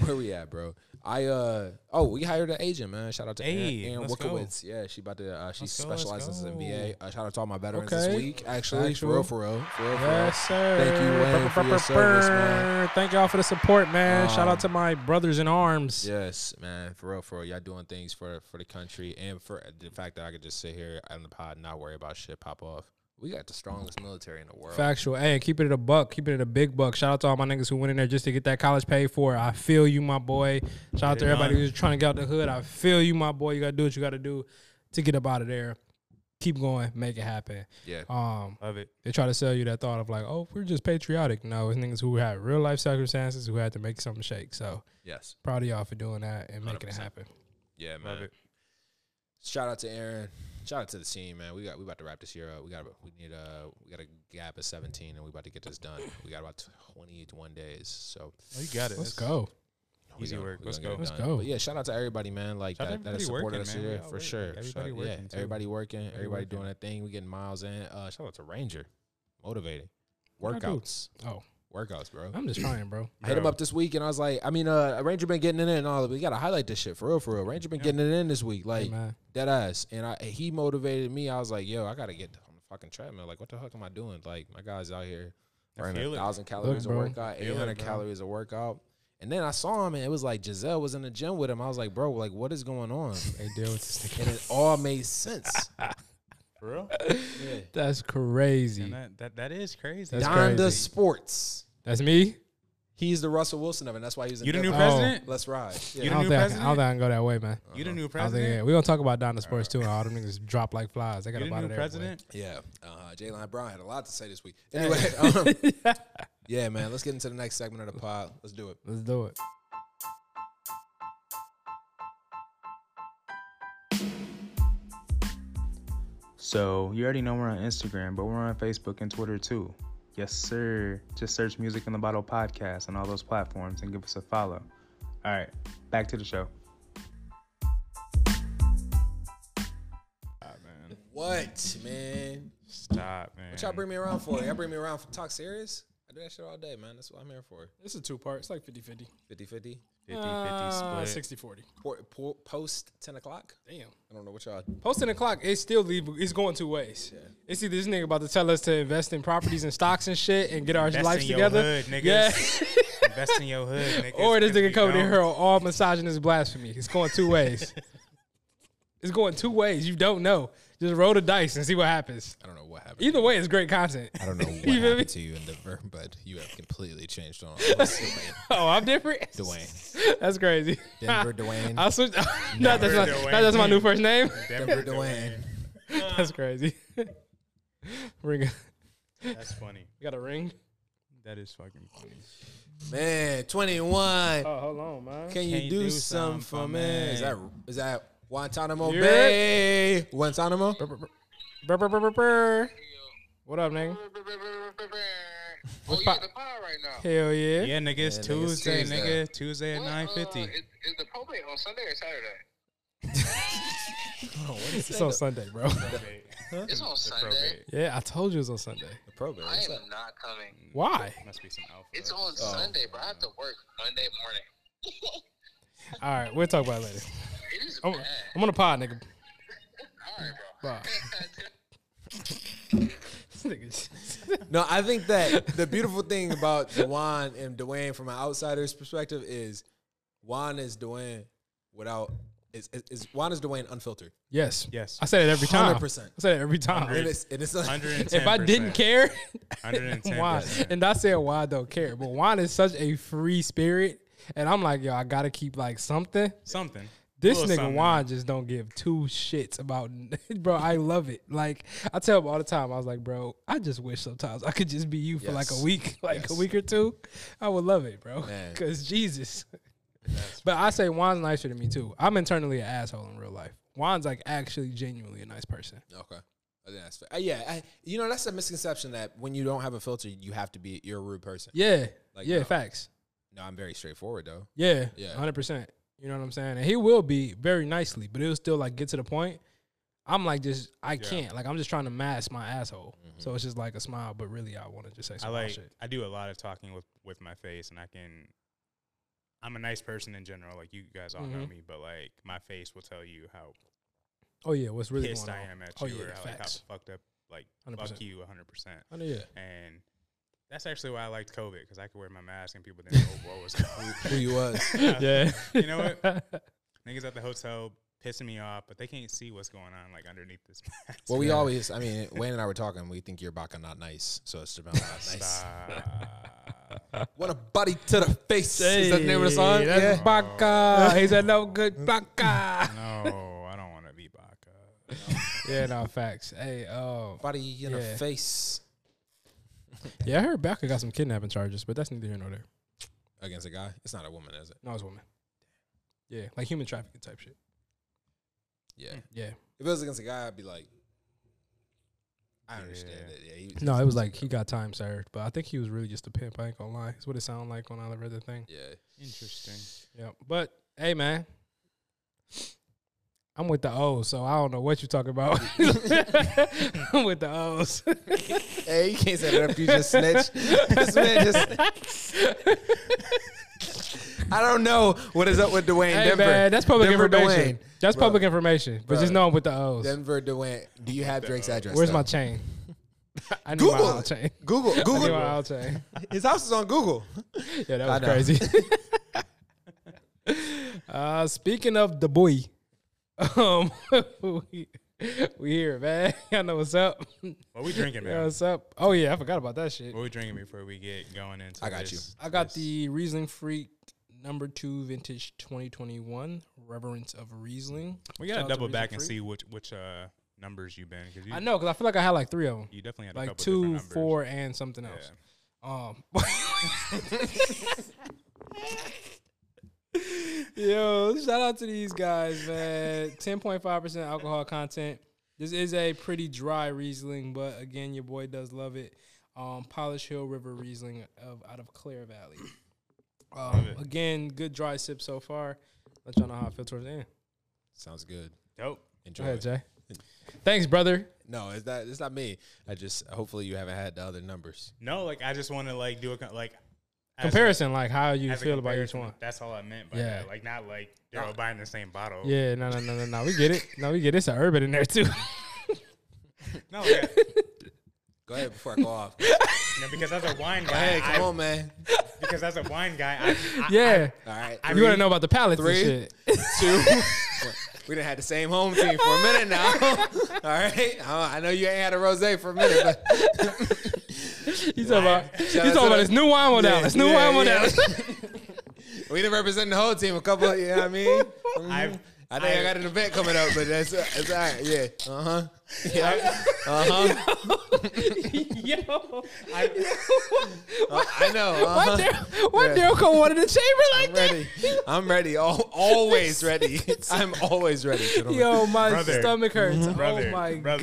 A: where we at, bro? I uh oh, we hired an agent, man. Shout out to
C: Hey,
A: Aaron, Aaron
C: let's go.
A: Wokowitz. Yeah, she about to. Uh, she
C: Let's go, let's
A: specializes in
C: go.
A: VA. Uh, shout out to all my veterans
B: Okay.
A: this week. Actually, for
B: Actual.
A: real, for real, for real, for real.
B: Yes, sir.
A: Thank you, Wayne, for your service, man.
B: Thank y'all for the support, man. Shout out
A: Um,
B: to my brothers in arms.
A: Yes, man, for real, for real. Y'all doing things for for the country and for the fact that I could just sit here on the pod, and not worry about shit, pop off. We got the strongest military in the world.
B: Factual. Hey, keep it at a buck. Keep it at a big buck. Shout out to all my niggas who went in there just to get that college paid for. I feel you, my boy. Shout out to
C: Get it
B: everybody
C: done.
B: who's trying to get out the hood. I feel you, my boy. You gotta do what you gotta do to get up out of there. keep going, make it happen.
A: Yeah.
C: Uh,
B: Um,
C: Love it.
B: they try to sell you that thought of like, oh, we're just patriotic. No, it's niggas who had real life circumstances who had to make something shake. So
A: Yes.
B: proud of y'all for doing that and making it
A: 100%.
B: happen.
A: Yeah, man.
C: Love it.
A: Shout out to Aaron. Shout out to the team, man. We got we about to wrap this year up. We got we need uh we got a gap of seventeen, and we about to get this done. We got about twenty one days, so
C: Oh, you got it.
B: Let's
C: That's-
B: go.
A: we
C: Easy
A: gonna-
C: work.
A: we
C: Let's
A: gonna get
C: go.
A: it
B: Let's
A: done.
B: go.
A: But yeah, shout out to everybody, man. Like
C: Shout out
A: that,
C: to
A: that has
C: everybody
A: supported
C: working,
A: us
C: man. We
A: here
C: all
A: for
C: working.
A: sure.
C: Everybody
A: Shout- yeah,
C: working, too.
A: everybody working. everybody
C: working.
A: doing that thing. We getting miles in. Uh, shout out to Ranger, motivating
B: I do?
A: workouts,
B: Oh,
A: workouts, bro.
B: I'm just trying, bro.
A: I hit him
C: Bro.
A: up this week, and I was like, I mean, uh, Ranger been getting it in. And all we gotta highlight this shit for real, for real. Ranger been getting it in this week, like
B: man.
A: dead ass. And I, he motivated me. I was like, yo, I gotta get on the fucking treadmill. Like, what the fuck am I doing? Like, my guys out here
C: I
A: burning
C: feel
A: a
C: it.
A: thousand calories a
B: bro.
A: workout,
C: Feel it,
A: eight hundred
C: bro.
A: calories a workout. And then I saw him, and it was like Giselle was in the gym with him. I was like, bro, like, what is going on?
B: They deal with this nigga.
A: and it all made sense.
C: For real?
B: That's crazy.
C: And that, that, that is crazy.
B: That's
A: Donda
B: crazy.
A: Sports.
B: That's me.
A: He's the Russell Wilson of it. That's why he's in
C: You the new
A: Denver.
C: president?
A: Let's ride. Yeah.
C: You
B: I
C: the
B: don't,
C: new
B: think I, can, I don't
C: president?
B: think I can go that way, man.
C: You the new
B: I was like, yeah,
C: president?
B: we gonna talk about Donna Sports too, and all them niggas drop like flies. They got
C: You
B: to
C: the
B: buy
C: new
B: it.
C: president?
A: Yeah, uh, Jalen Brown had a lot to say this week. Anyway, um, yeah, man, let's get into the next segment of the pod. Let's do it.
B: Let's do it.
C: So, you already know we're on Instagram, but we're on Facebook and Twitter too. Yes, sir. Just search Music in the Bottle podcast on all those platforms and give us a follow. All right, back to the show. Stop, man.
A: What, man?
C: Stop, man.
A: What y'all bring me around for? Y'all bring me around for talk serious? I do that shit all day, man. That's what I'm here for.
B: This is two part. It's like 50 50.
A: 50 50.
B: Uh,
C: 50-50 split.
B: 60 40.
A: Post 10 o'clock?
B: Damn.
A: I don't know what y'all.
B: Posting the clock, it's still leave, it's going two ways. It's either this nigga about to tell us to invest in properties and stocks and shit and get our
C: Invest
B: lives
C: in your
B: together.
C: hood, niggas.
B: Yeah.
C: Invest in your hood, niggas,
B: or this
C: 'cause we
B: nigga coming in
C: don't.
B: here on all misogynist blasphemy. It's going two ways. it's going two ways. You don't know. Just roll the dice and see what happens.
A: I don't know what happened.
B: Either way, it's great content.
A: I don't know what
B: You feel me?
A: happened to you in Denver, but you have completely changed on. Dwayne.
B: Oh, I'm different.
A: Dwayne.
B: That's crazy.
A: Denver Dwayne.
B: I switched. not that's my,
C: Dwayne.
B: not that's my new first name.
C: Denver
A: Dwayne.
B: that's crazy. ring. You
C: That's funny.
B: got a ring?
C: That is fucking funny.
A: Man, 21.
B: Oh, hold on, man.
A: Can you
C: Can't
A: do,
C: do
A: something
C: something
A: for
C: for
A: me? Is that is that Guantanamo
B: You
A: Bay? Guantanamo?
B: Brr, brr, brr, brr, brr. What up, nigga?
G: Oh, yeah, the pod right now.
B: Hell yeah.
C: Yeah, nigga, it's Tuesday,
A: Tuesday.
C: nigga. Tuesday at
G: What, uh,
C: 9.50.
G: Is, is the probate on Sunday or Saturday?
B: It's on Sunday, bro.
G: It's on Sunday.
C: Probate.
B: yeah, I told you it was on Sunday.
A: Probate.
G: I am not coming.
F: Mm,
B: Why?
C: Must be some alpha.
G: It's on
F: Oh.
G: Sunday, bro. I have to work Monday morning.
B: All right, we'll talk about it later.
G: It is
B: I'm,
G: bad.
B: I'm on the pod, nigga.
G: All right, bro.
B: Bye. This nigga's-
A: No, I think that the beautiful thing about Juan and Dwayne from an outsider's perspective is Juan is Dwayne without is is, is Juan is Dwayne unfiltered.
B: yes.
C: Yes.
B: I said it every time.
A: 100%.
B: I said it every time.
A: And it's, and it's like,
C: 110%.
B: If I didn't care, why?
C: 110%.
B: And I said why I don't care. But Juan is such a free spirit. And I'm like, yo, I gotta keep like something.
C: Something.
B: This
C: Little
B: nigga
C: something.
B: Juan just don't give two shits about, bro. I love it. Like I tell him all the time. I was like, bro, I just wish sometimes I could just be you for like
A: Yes.
B: a week, like a
A: Yes.
B: week or two. I would love it, bro.
A: Man.
B: Cause Jesus. But I say Juan's nicer than me too. I'm internally an asshole in real life. Juan's like actually genuinely a nice person.
A: Okay. I think that's fair. Uh, yeah, I, you know that's a misconception that when you don't have a filter, you have to be you're a rude person.
B: Yeah.
A: Like, uh,
B: yeah.
A: no.
B: Facts.
A: No, I'm very straightforward though.
B: Yeah.
A: Yeah.
B: Yeah. Hundred percent. You know what I'm saying? And he will be very nicely, but it'll still like get to the point. I'm like just I can't. Like I'm just trying to mask my asshole. So it's just like a smile, but really I want to just say
C: Mm-hmm. I
B: some wild
C: like
B: shit.
C: I do a lot of talking with with my face and I can I'm a nice person in general, like you guys all know
B: Mhm.
C: me, but like my face will tell you how
B: Oh yeah, what's really
C: pissed
B: going
C: I
B: on?
C: am at
B: oh
C: you
B: yeah,
C: or how, like how
B: facts.
C: fucked up like
B: 100%.
C: fuck you 100%.
B: I know, yeah.
C: And that's actually why I liked COVID because I could wear my mask and people didn't know what was going on.
A: Who you was?
B: yeah.
C: You know what? Niggas at the hotel pissing me off, but they can't see what's going on like underneath this mask.
A: Well, we always, I mean, Wayne and I were talking. We think you're Baca not nice, so it's about not nice.
C: Uh, Stop.
A: What a buddy to the face is that the name of the song.
B: Hey, that's
A: Yeah.
B: Baka. He's a no good Baka.
C: no, I don't want to be Baca.
B: yeah, no facts. Hey, oh,
A: Body in
B: the Yeah.
A: the face
B: yeah, I heard Becca got some kidnapping charges, but that's neither here nor there.
A: against a guy. It's not a woman, is it?
B: No, it's a woman. Yeah, like human trafficking type shit.
A: Yeah.
B: Yeah,
A: If it was against a guy, I'd be like, I understand
C: Yeah.
A: it. Yeah. he
B: no, it was like he got time served, but I think he was really just a pimp. I ain't gonna lie, it's what it sounded like on I read the thing.
A: Yeah.
C: Interesting.
B: Yeah, but hey, man, I'm with the O's, so I don't know what you talking about. I'm with the O's.
A: Hey, you can't say that if you just snitch. this man just. I don't know what is up with Dwayne
B: Hey,
A: Denver.
B: man, that's public
A: Denver
B: information.
A: Dwayne.
B: That's
A: Bro.
B: public information. But just
A: Bro.
B: know I'm with the O's.
A: Denver Dwayne. Do you have Drake's address?
B: Where's
A: though?
B: my chain? I need
A: Google
B: my aisle
A: it.
B: chain.
A: Google?
B: I need my
A: Google.
B: aisle chain.
A: His house is on Google.
B: Yeah, that
A: I
B: was
A: know.
B: crazy. uh, speaking of the boy, um, we, we here, man. I know what's up.
C: What we drinking,
B: Yeah,
C: man?
B: what's up? Oh yeah, I forgot about that shit.
C: What we drinking before we get going into?
A: I got you.
C: this-
B: I got
C: this-
B: the Riesling Freak number two vintage 2021 Reverence of Riesling.
C: We
B: Shout
C: gotta
B: out to
C: double back
B: Riesling
C: and
B: Freak.
C: see which which uh numbers you've been because you
B: I know because I feel like I had like three of them,
C: you definitely had a
B: like
C: couple different
B: two,
C: numbers.
B: four, and something else.
C: Yeah.
B: Um, Yo, shout out to these guys, man. 10.5% alcohol content. This is a pretty dry Riesling, but again, your boy does love it. Um, Polish Hill River Riesling of out of Clear Valley. Um, again, good dry sip so far. Let y'all know how I feel towards the end.
A: Sounds good.
C: Dope.
A: Enjoy.
B: Go ahead,
A: it.
B: Jay. Thanks, brother.
A: No, it's not. It's not me. I just hopefully you haven't had the other numbers.
C: No, like I just want to like do a con- like as a-
B: Comparison, like how you
C: as a
B: feel about each
C: comparison,
B: one.
C: That's all I meant by
B: Yeah.
C: that. Like not like they're all buying the same bottle.
B: Yeah, no, no, no, no, no. We get it. No, we get it. It's an urban in there too.
C: No, yeah.
A: Go ahead before I go off.
C: No, because as a wine guy,
A: Hey,
C: I-
A: come on, man.
C: because as a wine guy, I, I,
B: yeah.
A: All right.
B: you want to know about the pallets
A: three.
B: and shit.
A: two. we done had the same home team for a minute now. All right. Uh, I know you ain't had a rose for a minute, but
B: You talking about, you
A: Shout out
B: talking
A: to
B: about
A: the-
B: this new wine model.
A: Yeah,
B: This new
A: yeah,
B: wine model.
A: yeah. we done representing the whole team a couple. Of, you know what I mean?
C: I've,
A: I think I, got an event coming up, but that's it's all right. Yeah. Uh huh. Yeah. Uh huh.
B: Yo,
C: I,
A: I know.
B: why
A: Uh-huh.
B: Daryl- why
A: Yeah.
B: Daryl Cole wanted a chamber
A: I'm
B: like that?
A: ready. I'm ready. Al- always ready. I'm always ready. gentlemen.
B: Yo, my
C: Brother. Mm-hmm.
B: stomach hurts.
C: Brother.
B: oh my
C: Brother.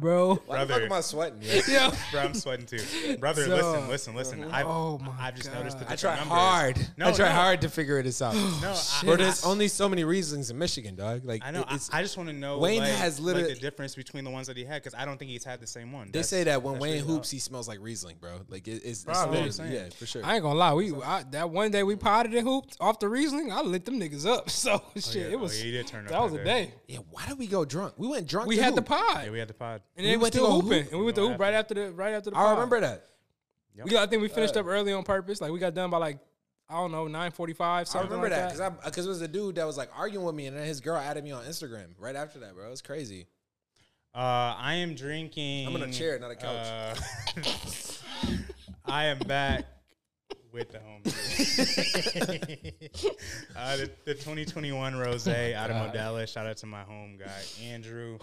A: Why
B: bro.
A: the fuck
C: brother.
A: am I sweating? man?
B: Yo,
C: bro, I'm sweating too, brother.
B: So-
C: listen, listen, listen. I've,
B: Oh my
C: I've just noticed the
A: I try
C: different numbers.
A: hard.
C: No,
A: I try
C: no.
A: hard to figure this out.
C: No, I,
A: Bro, there's only so many reasons in Michigan, dog. Like
C: I know. I,
A: it's-
C: I just want to know.
A: Wayne
C: like,
A: has
C: like,
A: literally-
C: the difference between the ones that he had because I don't think he's had the same one.
A: They
C: That's-
A: say that when
C: that's
A: Wayne
C: really
A: hoops,
C: wild.
A: he smells like Riesling, bro. Like it, it's, it's
C: Probably.
A: literally- yeah, for sure.
B: I ain't gonna lie. We I, that one day we potted and hooped off the Riesling. I lit them niggas up. So shit,
C: yeah.
B: it
C: Oh,
B: was
C: yeah, you did turn up
B: that was a
C: that day.
B: day.
A: yeah, why did we go drunk? We went drunk.
B: We
A: to
B: had the
A: hoop.
B: pod,
C: Yeah, we had the pod.
B: and then we
A: went
B: went
A: to
B: to
A: go
B: hooping,
A: hoop.
B: and we went to
C: You know
B: hoop
C: what
B: right after the right after the.
A: I
B: pod.
A: remember that.
B: We got- I think we finished up early on purpose. Like we got done by like I don't know nine forty five.
A: I
B: Something
A: remember
B: like
A: that because because it was a dude that was like arguing with me, and then his girl added me on Instagram right after that, bro. It was crazy.
C: Uh, I am drinking.
A: I'm on a chair, not a couch.
C: uh, I am back with the homie. uh, the, the 2021 Rosé out of Modella. Shout out to my home guy Andrew.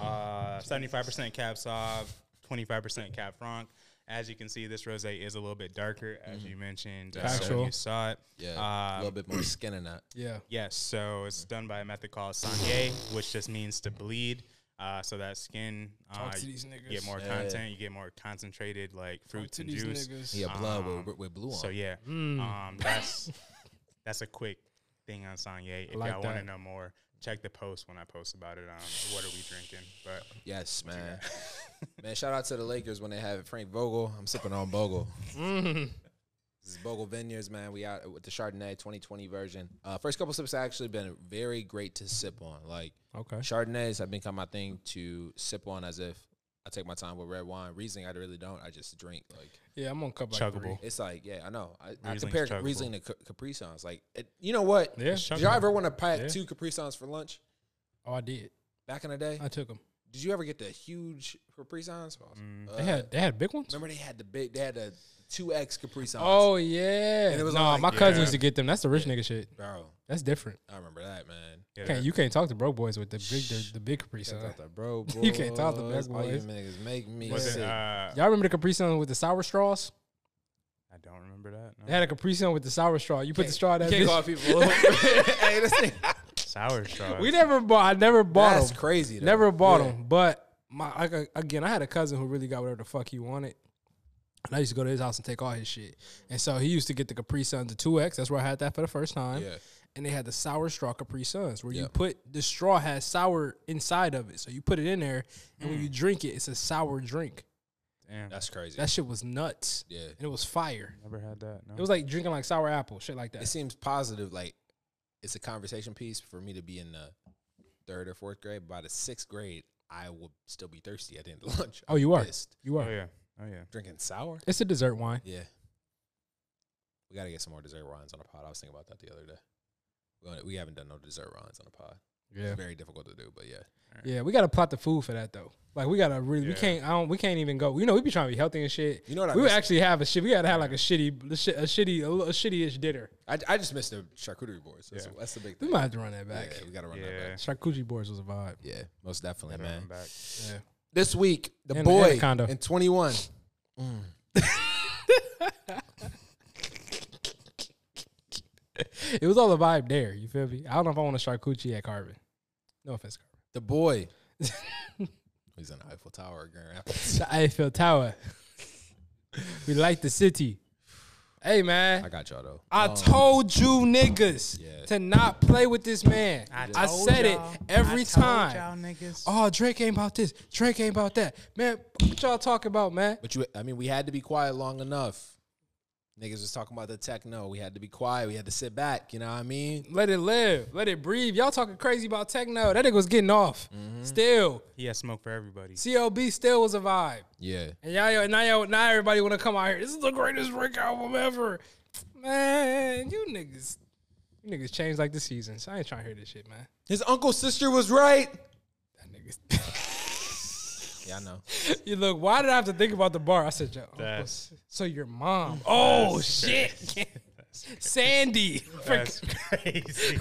C: Uh, 75% Cab Sauv, 25% Cab Franc. As you can see, this rosé is a little bit darker, as you mentioned. Uh, so
B: Factual.
C: you saw it.
A: Mm-hmm. Yeah, a
C: Um,
A: little bit more skin in that.
B: Yeah.
C: Yes, so it's
B: Mm.
C: done by a method called sangue, which just means to bleed. Uh, so that skin, uh,
B: to these
C: you get
B: niggas.
C: more content, you get more concentrated like fruits
B: To
C: and
B: these
C: juice.
B: niggas.
A: Yeah, blood
C: Um,
A: with, with blue on.
C: So yeah,
B: Hmm.
C: um, that's that's a quick thing on sangue. If
B: like
C: y'all want to
B: that.
C: know more, check the post when I post about it. Um, what are we drinking? But
A: yes, man. man, shout out to the Lakers when they have Frank Vogel. I'm sipping on Bogle.
B: Mm-hmm.
A: This is Bogle Vineyards, man. We out with the Chardonnay 2020 version. Uh, first couple sips have actually been very great to sip on. Like
B: Okay.
A: Chardonnays have become my thing to sip on as if I take my time with red wine. Riesling, I really don't. I just drink. Like
B: Yeah, I'm on cup like
C: Chuggable.
B: three.
A: it's like, yeah, I know. I, I
C: Riesling's
A: compare
C: chuggable.
A: Riesling to Ca- Capri Suns. Like, it, you know what?
B: Yeah.
A: Did y'all ever want to pack
B: Yeah.
A: two Capri Suns for lunch
B: Oh, I did.
A: back in the day?
B: I took them.
A: Did you ever get the huge Capri Suns? Uh,
B: Mm, They had they had big ones.
A: Remember they had the big, they had the
F: two X Capri Suns.
B: Oh yeah.
F: And it was
B: no,
F: all like,
B: my cousin
A: yeah.
B: used to get them. That's the rich nigga shit.
A: bro.
B: That's different.
A: I remember that man.
C: Yeah.
B: Can't, you can't talk to broke boys with the big the, the big Capri Sun.
A: Can't talk to bro, boys.
B: You can't talk to best
A: All you
B: boys.
A: niggas make me
C: Was
A: sick.
C: it? Uh,
B: Y'all remember the Capri Sun with the sour straws?
C: I don't remember that. No.
B: They had a Capri Sun with the sour straw. You put the straw in that. bitch-
F: can't call people. hey, this thing,
C: Sour straw.
B: We never bought. I never bought
F: that's
B: them.
F: crazy. Though.
B: Never bought them. But my like, uh, again, I had a cousin who really got whatever the fuck he wanted. And I used to go to his house and take all his shit. And so he used to get the Capri Suns, the two X. That's where I had that for the first time.
A: Yeah.
B: And they had the sour straw Capri Suns, where you
A: Yeah.
B: put the straw has sour inside of it, so you put it in there, and
C: Mm.
B: when you drink it, it's a sour drink.
C: Damn,
A: That's crazy.
B: That shit was nuts.
A: yeah.
B: And it was fire.
C: never had that. No.
B: It was like drinking like sour apple, shit like
A: It
B: that.
A: seems positive. Like it's a conversation piece for me to be in the third or fourth grade. By the sixth grade, I will still be thirsty at the end of lunch.
B: Oh, you are.
A: Pissed.
B: You
C: oh
B: are.
C: yeah, oh yeah.
A: Drinking sour?
B: It's a dessert wine.
A: Yeah. We got to get some more dessert wines on the pod. I was thinking about that the other day. We, only- we haven't done no dessert wines on the pod.
B: Yeah.
A: It's very difficult to do, but yeah.
B: Yeah, we gotta plot the food for that though. Like we gotta really, we
C: Yeah.
B: can't, I don't, we can't even go. You know, we be trying to be healthy and shit.
A: You know what I
B: we would
A: miss?
B: actually have a shit. We gotta have like a shitty, a shi- a shitty, a, li- a shitty-ish dinner.
A: I, I just missed the charcuterie boards. That's,
C: Yeah.
A: that's the big
B: We
A: thing.
B: might have to run that back.
A: Yeah, we got to run that
C: Yeah.
A: back.
B: Charcuterie boards was a vibe.
A: Yeah, most definitely,
C: Never
A: man.
C: went back.
B: Yeah.
F: This week, the
B: And-
F: boy
B: and a condo.
F: in 21.
B: It was all a vibe there. You feel me? I don't know if I want a charcuterie at Carbon. No offense, Carbon.
F: The boy.
A: He's in the Eiffel Tower, Grand Rapids.
B: The Eiffel Tower. we like the city. Hey man,
A: I got y'all though.
B: I told you niggas
A: Yeah.
B: to not play with this man. I, said it every time. Oh, Drake ain't about this. Drake ain't about that. Man, what y'all talking about, man?
A: But you, I mean, we had to be quiet long enough. Niggas was talking about the techno. We had to be quiet. We had to sit back. You know what I mean?
B: Let it live. Let it breathe. Y'all talking crazy about techno. That nigga was getting off.
C: Mm-hmm.
B: Still,
C: He has smoke for everybody.
B: CLB still was a vibe.
A: Yeah.
B: And y'all, y'all- now, y'all, now everybody want to come out here. This is the greatest Rick album ever. Man, you niggas. You niggas changed like the seasons. I ain't trying to hear this shit, man.
A: His uncle's sister was right.
B: That niggas.
A: Yeah, I know.
B: you look, why did I have to think about the bar? I said, yo,
C: That's
B: so your mom. Oh, shit. Sandy.
C: that's crazy.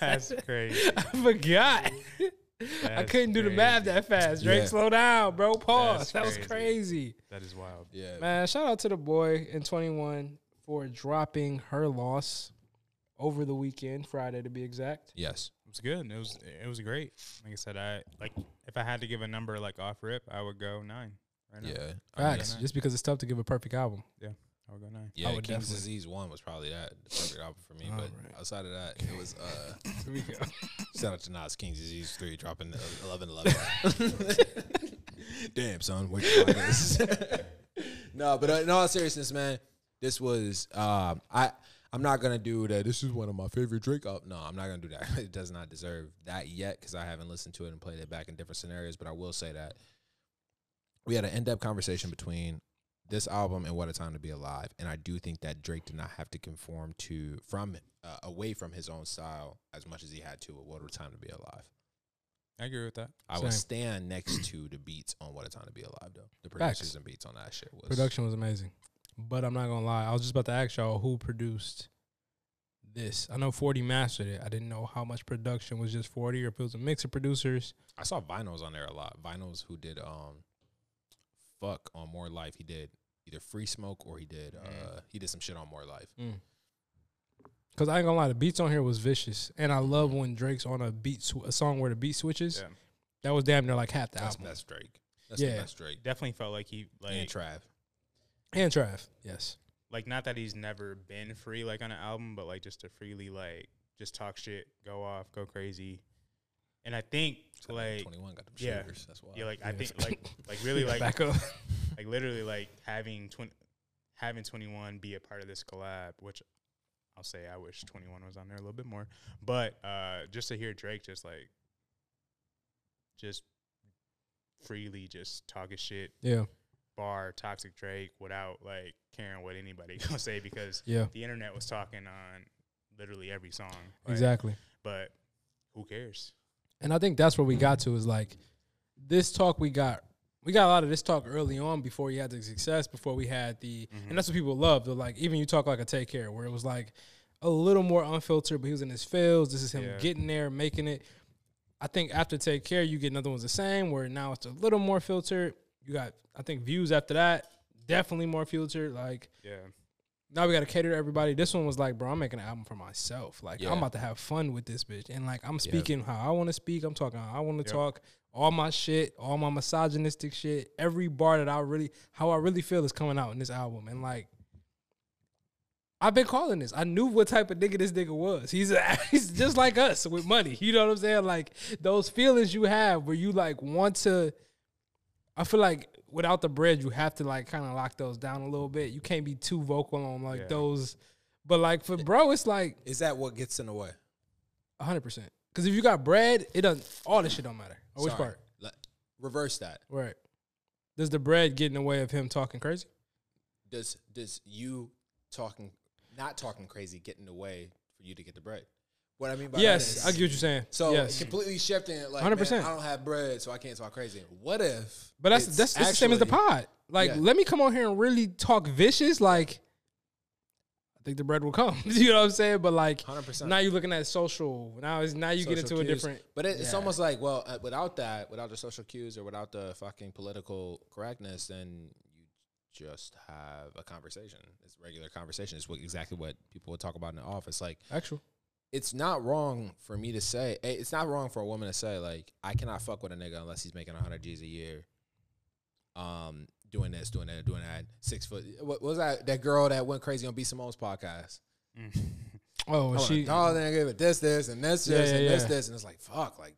C: That's crazy.
B: I forgot. I
C: That's
B: couldn't do the
C: crazy.
B: math that fast. Drake,
A: Yeah.
B: slow down, bro. Pause.
C: That's
B: that was
C: crazy.
B: crazy.
C: That is wild.
A: Yeah.
B: Man, shout out to the boy in 21 for dropping her loss over the weekend, Friday to be exact.
A: Yes.
C: It was good. It was it was great. Like I said, I like if I had to give a number like off rip, I would go nine. Right now.
A: Yeah.
B: Facts. Just because it's tough to give a perfect album.
C: Yeah. I would go nine.
A: Yeah.
B: would
A: King's
B: definitely-
A: Disease One was probably that the perfect album for me. but
B: Alright.
A: outside of that, it was uh
B: Here we go.
A: shout out to Nas King's Disease Three dropping the eleven eleven. Damn son, what you doing this? no, but uh, in all seriousness, man, this was um I I'm not gonna do that. This is one of my favorite Drake up. No, I'm not gonna do that. it does not deserve that yet because I haven't listened to it and played it back in different scenarios. But I will say that we had an in-depth conversation between this album and what a time to be alive and i do think that drake did not have to conform to from uh, away from his own style as much as he had to with what a time to be alive
C: I agree with that.
A: i will
B: Same.
A: stand next to the beats on what a time to be alive though the
B: Facts.
A: producers and beats on that shit was
B: Production was amazing. But I'm not going to lie. I was just about to ask y'all who produced this. I know 40 mastered it. I didn't know how much production was just 40 or if it was a mix of producers.
A: i saw vinyls on there a lot vinyls who did um fuck on more life he did either free smoke or he did
C: Mm-hmm.
A: uh he did some shit on more life
B: Mm-hmm. Cause I ain't gonna lie, the beats on here was vicious, and I love when Drake's on a beat sw- a song where the beat switches.
C: Yeah.
B: That was damn near like half the
A: that's
B: album.
A: best drake that's
B: Yeah.
A: the best drake
C: Definitely felt like he
A: and
C: like
A: trav
B: And Trav, yes,
C: like not that he's never been free like on an album, but like just to freely like just talk shit, go off, go crazy. And I think like
A: 21 got them
C: yeah.
A: shooters that's why
C: yeah, like I think like like really like
B: back up.
C: like literally like having twen- having 21 be a part of this collab which i'll say i wish 21 was on there a little bit more but uh just to hear drake just like just freely just talking shit
B: yeah,
C: bar toxic drake without like caring what anybody gonna say because
B: yeah,
C: the internet was talking on literally every song like,
B: exactly.
C: but who cares
B: And I think that's where we got to is like this talk we got we got a lot of this talk early on before he had the success, before we had the, and that's what people love. They're like, even you talk like a take care, where it was like a little more unfiltered, but he was in his fields. This is him
C: Yeah.
B: getting there, making it. I think after take care, you get another one's the same, where now it's a little more filtered. You got, I think, views after that, definitely more filtered. Like,
C: Yeah.
B: now we got to cater to everybody. This one was like, bro, I'm making an album for myself. Like,
H: Yeah.
B: I'm about to have fun with this bitch. And like, I'm speaking how I want to speak. I'm talking how I want to talk. All my shit, all my misogynistic shit, every bar that I really, how I really feel is coming out in this album. And like, I've been calling this. I knew what type of nigga this nigga was. He's a, he's just like us with money. You know what I'm saying? Like those feelings you have where you like want to. I feel like without the bread, you have to like kind of lock those down a little bit. You can't be too vocal on like
C: Yeah.
B: those. But like for bro, it's like
A: Is that what gets in the way?
B: 100. percent Because if you got bread, it doesn't. All this shit don't matter. Or Oh, which
A: Sorry.
B: part?
A: Le- reverse that.
B: Right. Does the bread get in the way of him talking crazy?
A: Does does you talking not talking crazy get in the way for you to get the bread? What I mean by that
B: Yes,
A: is,
B: I get what you're saying.
A: So
B: yes.
A: completely shifting it like
B: 100%.
A: man, I don't have bread, so I can't talk crazy. What if?
B: But that's
A: it's
B: that's, that's the same as the
A: actually-
B: pod. Like,
A: Yeah.
B: let me come on here and really talk vicious. Like, I think the bread will come. you know what I'm saying? But like,
A: 100%.
B: now you're looking at social. Now is now you get into
A: social
B: a
A: cues.
B: different.
A: But it, it's
B: Yeah.
A: almost like, well, uh, without that, without the social cues or without the fucking political correctness, then you just have a conversation. It's regular conversation. It's what, exactly what people would talk about in the office. Like,
B: actual.
A: it's not wrong for me to say, eh, it's not wrong for a woman to say, like, I cannot fuck with a nigga unless he's making 100 G's a year. Um, doing this, doing that, doing that. Six foot. What, what was that? That girl that went crazy on B Simone's podcast.
B: Oh,
A: Oh,
B: she.
A: she, oh, then I give it this, this, and this,
B: Yeah,
A: this,
B: yeah,
A: and this,
B: yeah.
A: this, and it's like fuck, like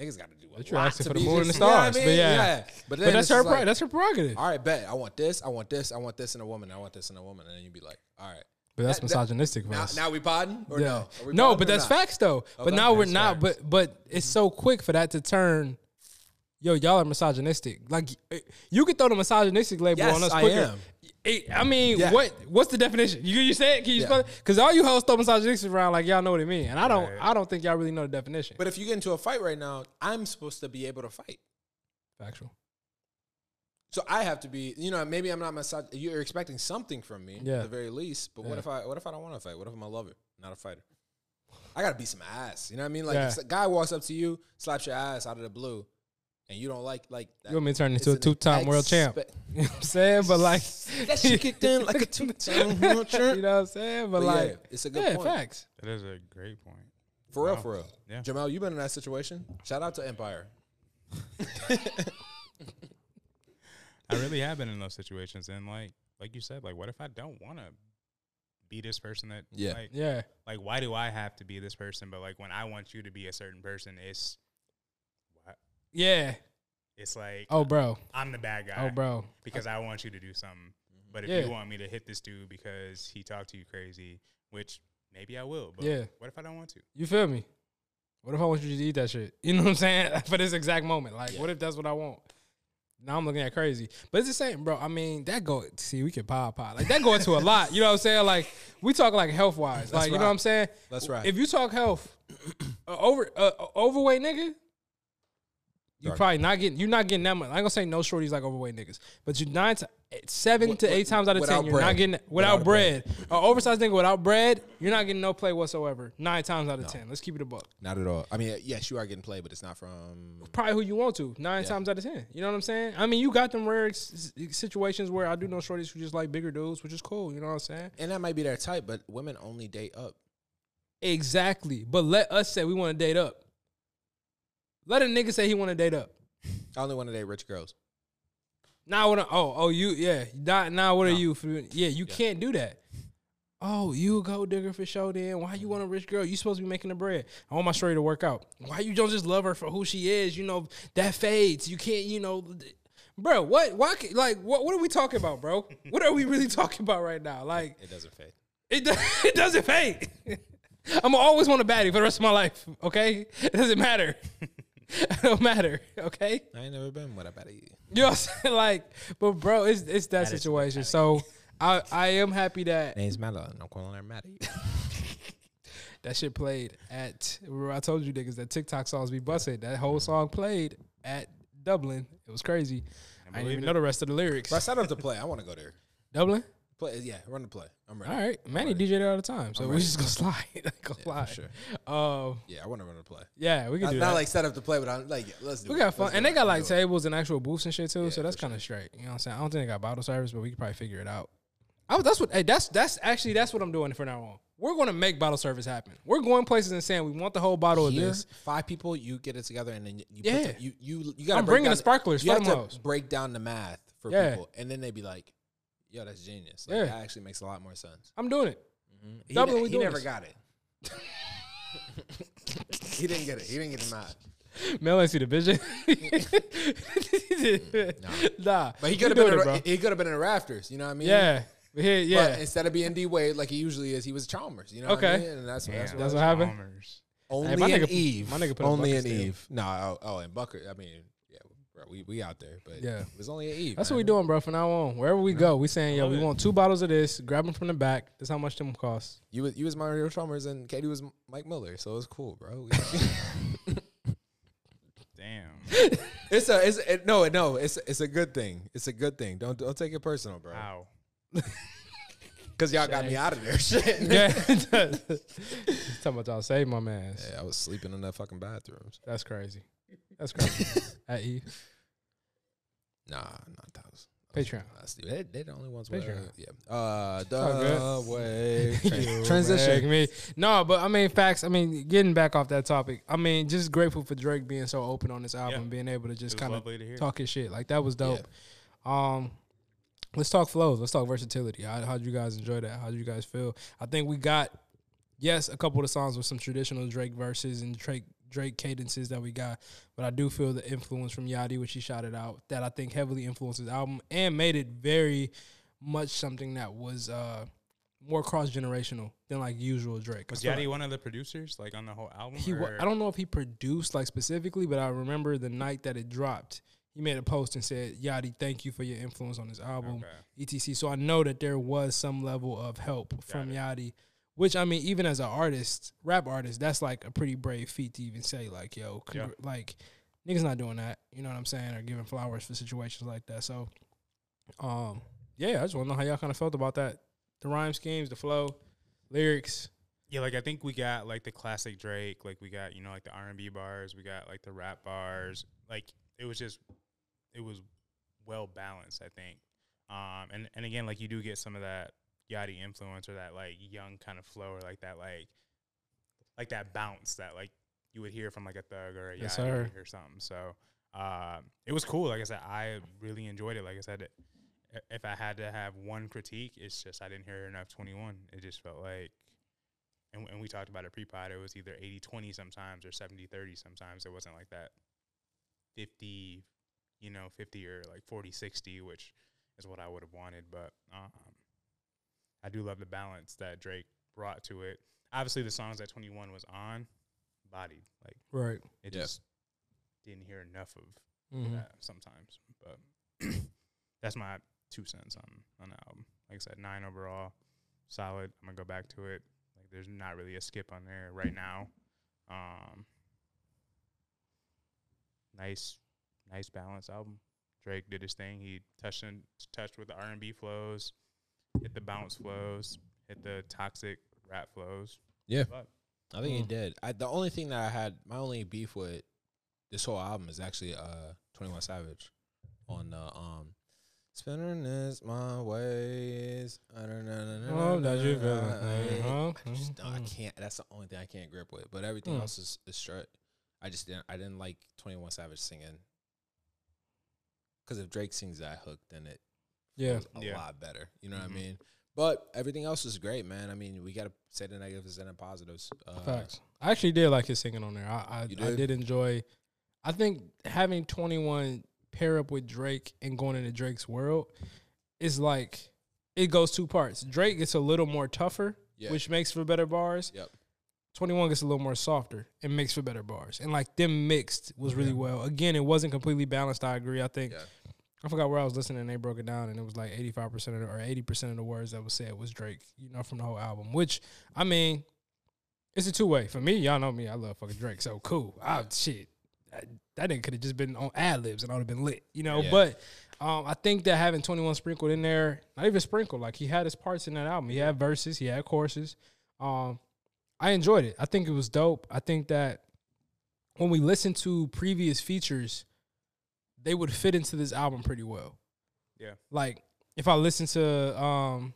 A: niggas got to do
B: But
A: a
B: you're
A: lot
B: asking
A: to
B: for the
A: be
B: moon and the
A: just- you know what I
B: stars, but
A: mean?
B: yeah.
A: but, then
B: But that's
A: it's
B: her.
A: just
B: pri
A: Like,
B: that's her prerogative.
A: all right, bet I want this, I want this, I want this, and a woman, I want this, and a woman, and then you'd be like, all right,
B: but that's
A: that- that-
B: misogynistic. for
A: now,
B: us.
A: now we podding or
B: Yeah.
A: no? Are we
B: No,
A: podding
B: but
A: or
B: that's
A: not?
B: facts though. But
A: Okay.
B: now we're
A: That's
B: not.
A: facts.
B: But but it's so quick for that to turn. Yo, y'all are misogynistic. Like eh, you could throw the misogynistic label
A: Yes,
B: on us
A: I
B: quicker.
A: am.
B: It- I mean,
A: Yeah.
B: what what's the definition? You you say it? Can you
A: Yeah.
B: Because all you hoes throw misogynistic around like y'all know what it mean, and I don't.
C: Right.
B: I don't think y'all really know the definition.
A: But if you get into a fight right now, I'm supposed to be able to fight,
B: Factual.
A: so I have to be. You know, maybe I'm not misog- You're expecting something from me,
B: Yeah.
A: at the very least. But
B: Yeah.
A: what if I? What if I don't want to fight? What if I'm a lover, not a fighter? I gotta beat some ass. You know what I mean? Like
B: Yeah.
A: if a guy walks up to you, slaps your ass out of the blue, and you don't like like that.
B: You want me to turn into a
A: It's an
B: two-time world champ?
A: expe-
B: You know what I'm saying? But like
A: That shit kicked in like a two-time world champ.
B: You know what I'm saying? But,
A: But yeah,
B: like
A: it's a good
B: yeah,
A: point.
B: facts.
C: That is a great point.
A: For real, for real.
C: Yeah.
A: Jamel, you've been in that situation. Shout out to Empire.
C: I really have been in those situations, and like like you said, like what if I don't want to be this person that
A: Yeah.
C: like,
B: Yeah.
C: like why do I have to be this person? But like when I want you to be a certain person, it's
B: Yeah.
C: it's like
B: Oh, bro.
C: I'm the bad guy.
B: Oh, bro.
C: because I want you to do something. But if
B: Yeah.
C: you want me to hit this dude because he talked to you crazy, which maybe I will, but
B: Yeah.
C: what if I don't want to?
B: You feel me? What if I want you to eat that shit? You know what I'm saying? For this exact moment. Like, what if that's what I want? Now I'm looking at crazy. But it's the same, bro. I mean, that go see, we can pop pop. Like that go into a lot. You know what I'm saying? Like, we talk like health wise. Like, you know
A: right.
B: what I'm saying?
A: That's right.
B: If you talk health, a over uh, overweight nigga, you probably not getting you're not getting that much. I ain't gonna say no shorties like overweight niggas, but you nine to seven
A: Wi-
B: to eight
A: wi-
B: times out of ten,
A: without
B: you're not
A: bread.
B: getting without,
A: Without
B: bread.
A: bread.
B: An oversized nigga without bread, you're not getting no play whatsoever. Nine times out of ten. Let's keep it a buck.
A: Not at all. I mean, yes, you are getting played, but it's not from.
B: Probably who you want to. Nine times out of ten. You know what I'm saying? I mean, you got them rare s- s- situations where I do know shorties who just like bigger dudes, which is cool. You know what I'm saying?
A: And that might be their type, but women only date up.
B: Exactly. But let us say we want to date up. Let a nigga say he want to date up.
A: I only want to date rich girls.
B: Now what? Oh, oh, you yeah. Now, now what are you? For, yeah, you can't do that. Oh, you a gold digger for show. Then why you want a rich girl? You supposed to be making the bread. I want my shorty to work out. Why you don't just love her for who she is? You know that fades. You can't. You know, th- bro. What? Why? ca- Like what? What are we talking about, bro? what are we really talking about right now? Like
A: It doesn't fit.
B: it, do- it doesn't fade. I'm always want a baddie for the rest of my life. Okay, it doesn't matter. it don't matter. Okay.
A: I ain't never been. What about you?
B: You know what I'm saying? Like, but bro, it's it's that, situation. So I I am happy that
A: Name's Mala, and I'm calling her Maddie.
B: that shit played at. remember I told Mm-hmm. you niggas that TikTok songs be busted. That whole song played at Dublin. It was crazy. I didn't even know the rest of the lyrics.
A: Bro, set up the play. I want to go there.
B: Dublin.
A: Play, yeah, run the play. I'm ready.
B: All right, Manny DJ all the time, so we just gonna slide, go slide. Um,
A: Yeah, I want to run the play.
B: yeah, we can
A: Not,
B: do
A: not
B: that.
A: like set up the play, but I'm like, yeah, let's do
B: we
A: it.
B: got fun,
A: Let's do
B: and they
A: it.
B: got
A: Let's
B: like
A: do it.
B: tables and actual booths and shit too, so that's kind of straight. You know what I'm saying? I don't think they got bottle service, but we could probably figure it out. I, was- that's what. Hey, that's that's actually that's what I'm doing from now on. We're gonna make bottle service happen. We're going places and saying we want the whole bottle
A: Here,
B: of this.
A: five people, you get it together, and then you you
B: Yeah.
A: put the, you you you got.
B: I'm bringing the sparklers,
A: You have
B: fuck 'em
A: to
B: hoes.
A: break down the math for
B: Yeah.
A: people, and then they'd be like, "Yo, that's genius. Like,
B: Yeah.
A: that actually makes a lot more sense."
B: I'm doing it.
A: He,
B: Dublin,
A: ne-
B: we
A: he
B: doing
A: never
B: this.
A: got it. he didn't get it. He didn't get the math.
B: Mel ain't see the vision. nah,
A: But he
B: we
A: could have
B: doing
A: been.
B: it,
A: A,
B: bro.
A: he could have been in the rafters. You know what I mean?
B: Yeah, but here, yeah.
A: But instead of being D Wade like he usually is, he was Chalmers. You know what I
B: Okay.
A: mean? And that's, that's
C: Damn,
A: what
B: That's
C: those
B: what happened?
C: Chalmers.
A: Only
B: Hey, my
A: in
B: nigga-
A: Eve.
B: my nigga put up
A: only in
B: buckets still.
A: Eve. No, oh, oh, and Bucker. I mean, yeah, bro, we we out there, but
B: Yeah.
A: yeah, it was only in Eve.
B: That's
A: man.
B: what we doing, bro. From now on, wherever we go, we saying, yo, we want two bottles of this. Grab them from the back. That's how much them cost.
A: You was you was Mario Chalmers and Katie was M- Mike Miller, so it was cool, bro.
C: Damn.
A: it's a it's it, no no it's it's a good thing. It's a good thing. Don't don't take it personal, bro.
C: Wow.
A: Because y'all got me out of there. Shit.
B: Yeah, talking about y'all save my man's.
A: Yeah, I was sleeping in that fucking bathrooms.
B: That's crazy. That's crazy. At E
A: Nah, not those.
B: Patreon.
A: That's the- they, they're the only ones. With, uh,
B: Patreon.
A: yeah. Uh,
B: all
A: the way
B: You
A: transition.
B: rag Me. No, but I mean facts. I mean, getting back off that topic. I mean, just grateful for Drake being so open on this album,
C: Yeah.
B: being able to just
C: was
B: kind of
C: lovely to hear.
B: talk his shit. Like that was dope. Um, let's talk flows. Let's talk versatility. How how'd you guys enjoy that? How'd you guys feel? I think we got yes, a couple of the songs with some traditional Drake verses and Drake Drake cadences that we got, but I do feel the influence from Yachty, which he shouted out, that I think heavily influenced his album and made it very much something that was uh more cross generational than like usual Drake. I
C: Was
B: feel
C: Yachty
B: like
C: one of the producers, like on the whole album?
B: he wa-
C: or-
B: I don't know if he produced like specifically, but I remember the night that it dropped, he made a post and said, "Yachty, thank you for your influence on this album."
C: Okay.
B: etc. So I know that there was some level of help from Yachty, which I mean, even as an artist, rap artist, that's like a pretty brave feat to even say, like, yo, congr- like niggas not doing that. You know what I'm saying? Or giving flowers for situations like that. So, um, yeah, I just want to know how y'all kind of felt about that. The rhyme schemes, the flow, lyrics.
C: Yeah, like I think we got like the classic Drake, like we got you know like the R and B bars, we got like the rap bars. Like it was just, it was well balanced. I think, um, and and again, like you do get some of that Yachty influence or that like young kind of flow or like that like, like that bounce that like you would hear from like a Thug or a Yachty
B: Yes, sir.
C: or something. So um, it was cool. Like I said, I really enjoyed it. Like I said, i- if I had to have one critique, it's just I didn't hear enough Twenty One. It just felt like and, and we talked about it pre-pod it was either 80-20 sometimes or 70-30 sometimes it wasn't like that 50 you know 50 or like 40-60 which is what i would have wanted but um, i do love the balance that drake brought to it obviously the songs that 21 was on bodied like
B: Right.
C: it
A: Yeah.
C: just didn't hear enough of
B: Mhm.
C: that sometimes but that's my two cents on on the album like i said nine overall solid i'm gonna go back to it like there's not really a skip on there right now um nice nice balanced album drake did his thing he touched in, touched with the r&b flows hit the bounce flows hit the toxic rap flows
A: Yeah.
C: But
A: I think he
B: Mm.
A: did. I, the only thing that I had, my only beef with this whole album is actually uh, Twenty One Savage on the um, spinning is my ways. I don't know.
B: Oh, that you feel uh-huh, it.
A: I just don't- I
B: Mhm.
A: can't. That's the only thing I can't grip with. But everything
B: Mm.
A: else is, is straight. I just didn't. I didn't like Twenty One Savage singing. Because if Drake sings that hook, then it
B: Yeah.
A: was a
C: Yeah.
A: lot better. You know
C: Mhm.
A: what I mean? But everything else is great, man. I mean, we got to say the negatives and the positives. Uh,
B: Facts. I actually did like his singing on there. I I
A: You
B: did, I
A: did?
B: did enjoy. I think having Twenty One pair up with Drake and going into Drake's world is like it goes two parts. Drake gets a little more tougher,
A: Yeah.
B: which makes for better bars.
A: Yep.
B: Twenty One gets a little more softer and makes for better bars. And like them mixed was really well. Again, it wasn't completely balanced. I agree. I think
A: Yeah.
B: I forgot where I was listening. and They broke it down, and it was like eighty five percent or eighty percent of the words that was said was Drake. You know, from the whole album. Which I mean, it's a two way for me. Y'all know me. I love fucking Drake. So Ah, cool. I shit. That, that nigga could have just been on ad libs and I would have been lit. You know,
A: Yeah.
B: but Um, I think that having 21 sprinkled in there, not even sprinkled, like he had his parts in that album. He had verses, he had courses. Um, I enjoyed it. I think it was dope. I think that when we listened to previous features, they would fit into this album pretty well.
C: Yeah.
B: Like if I listen to um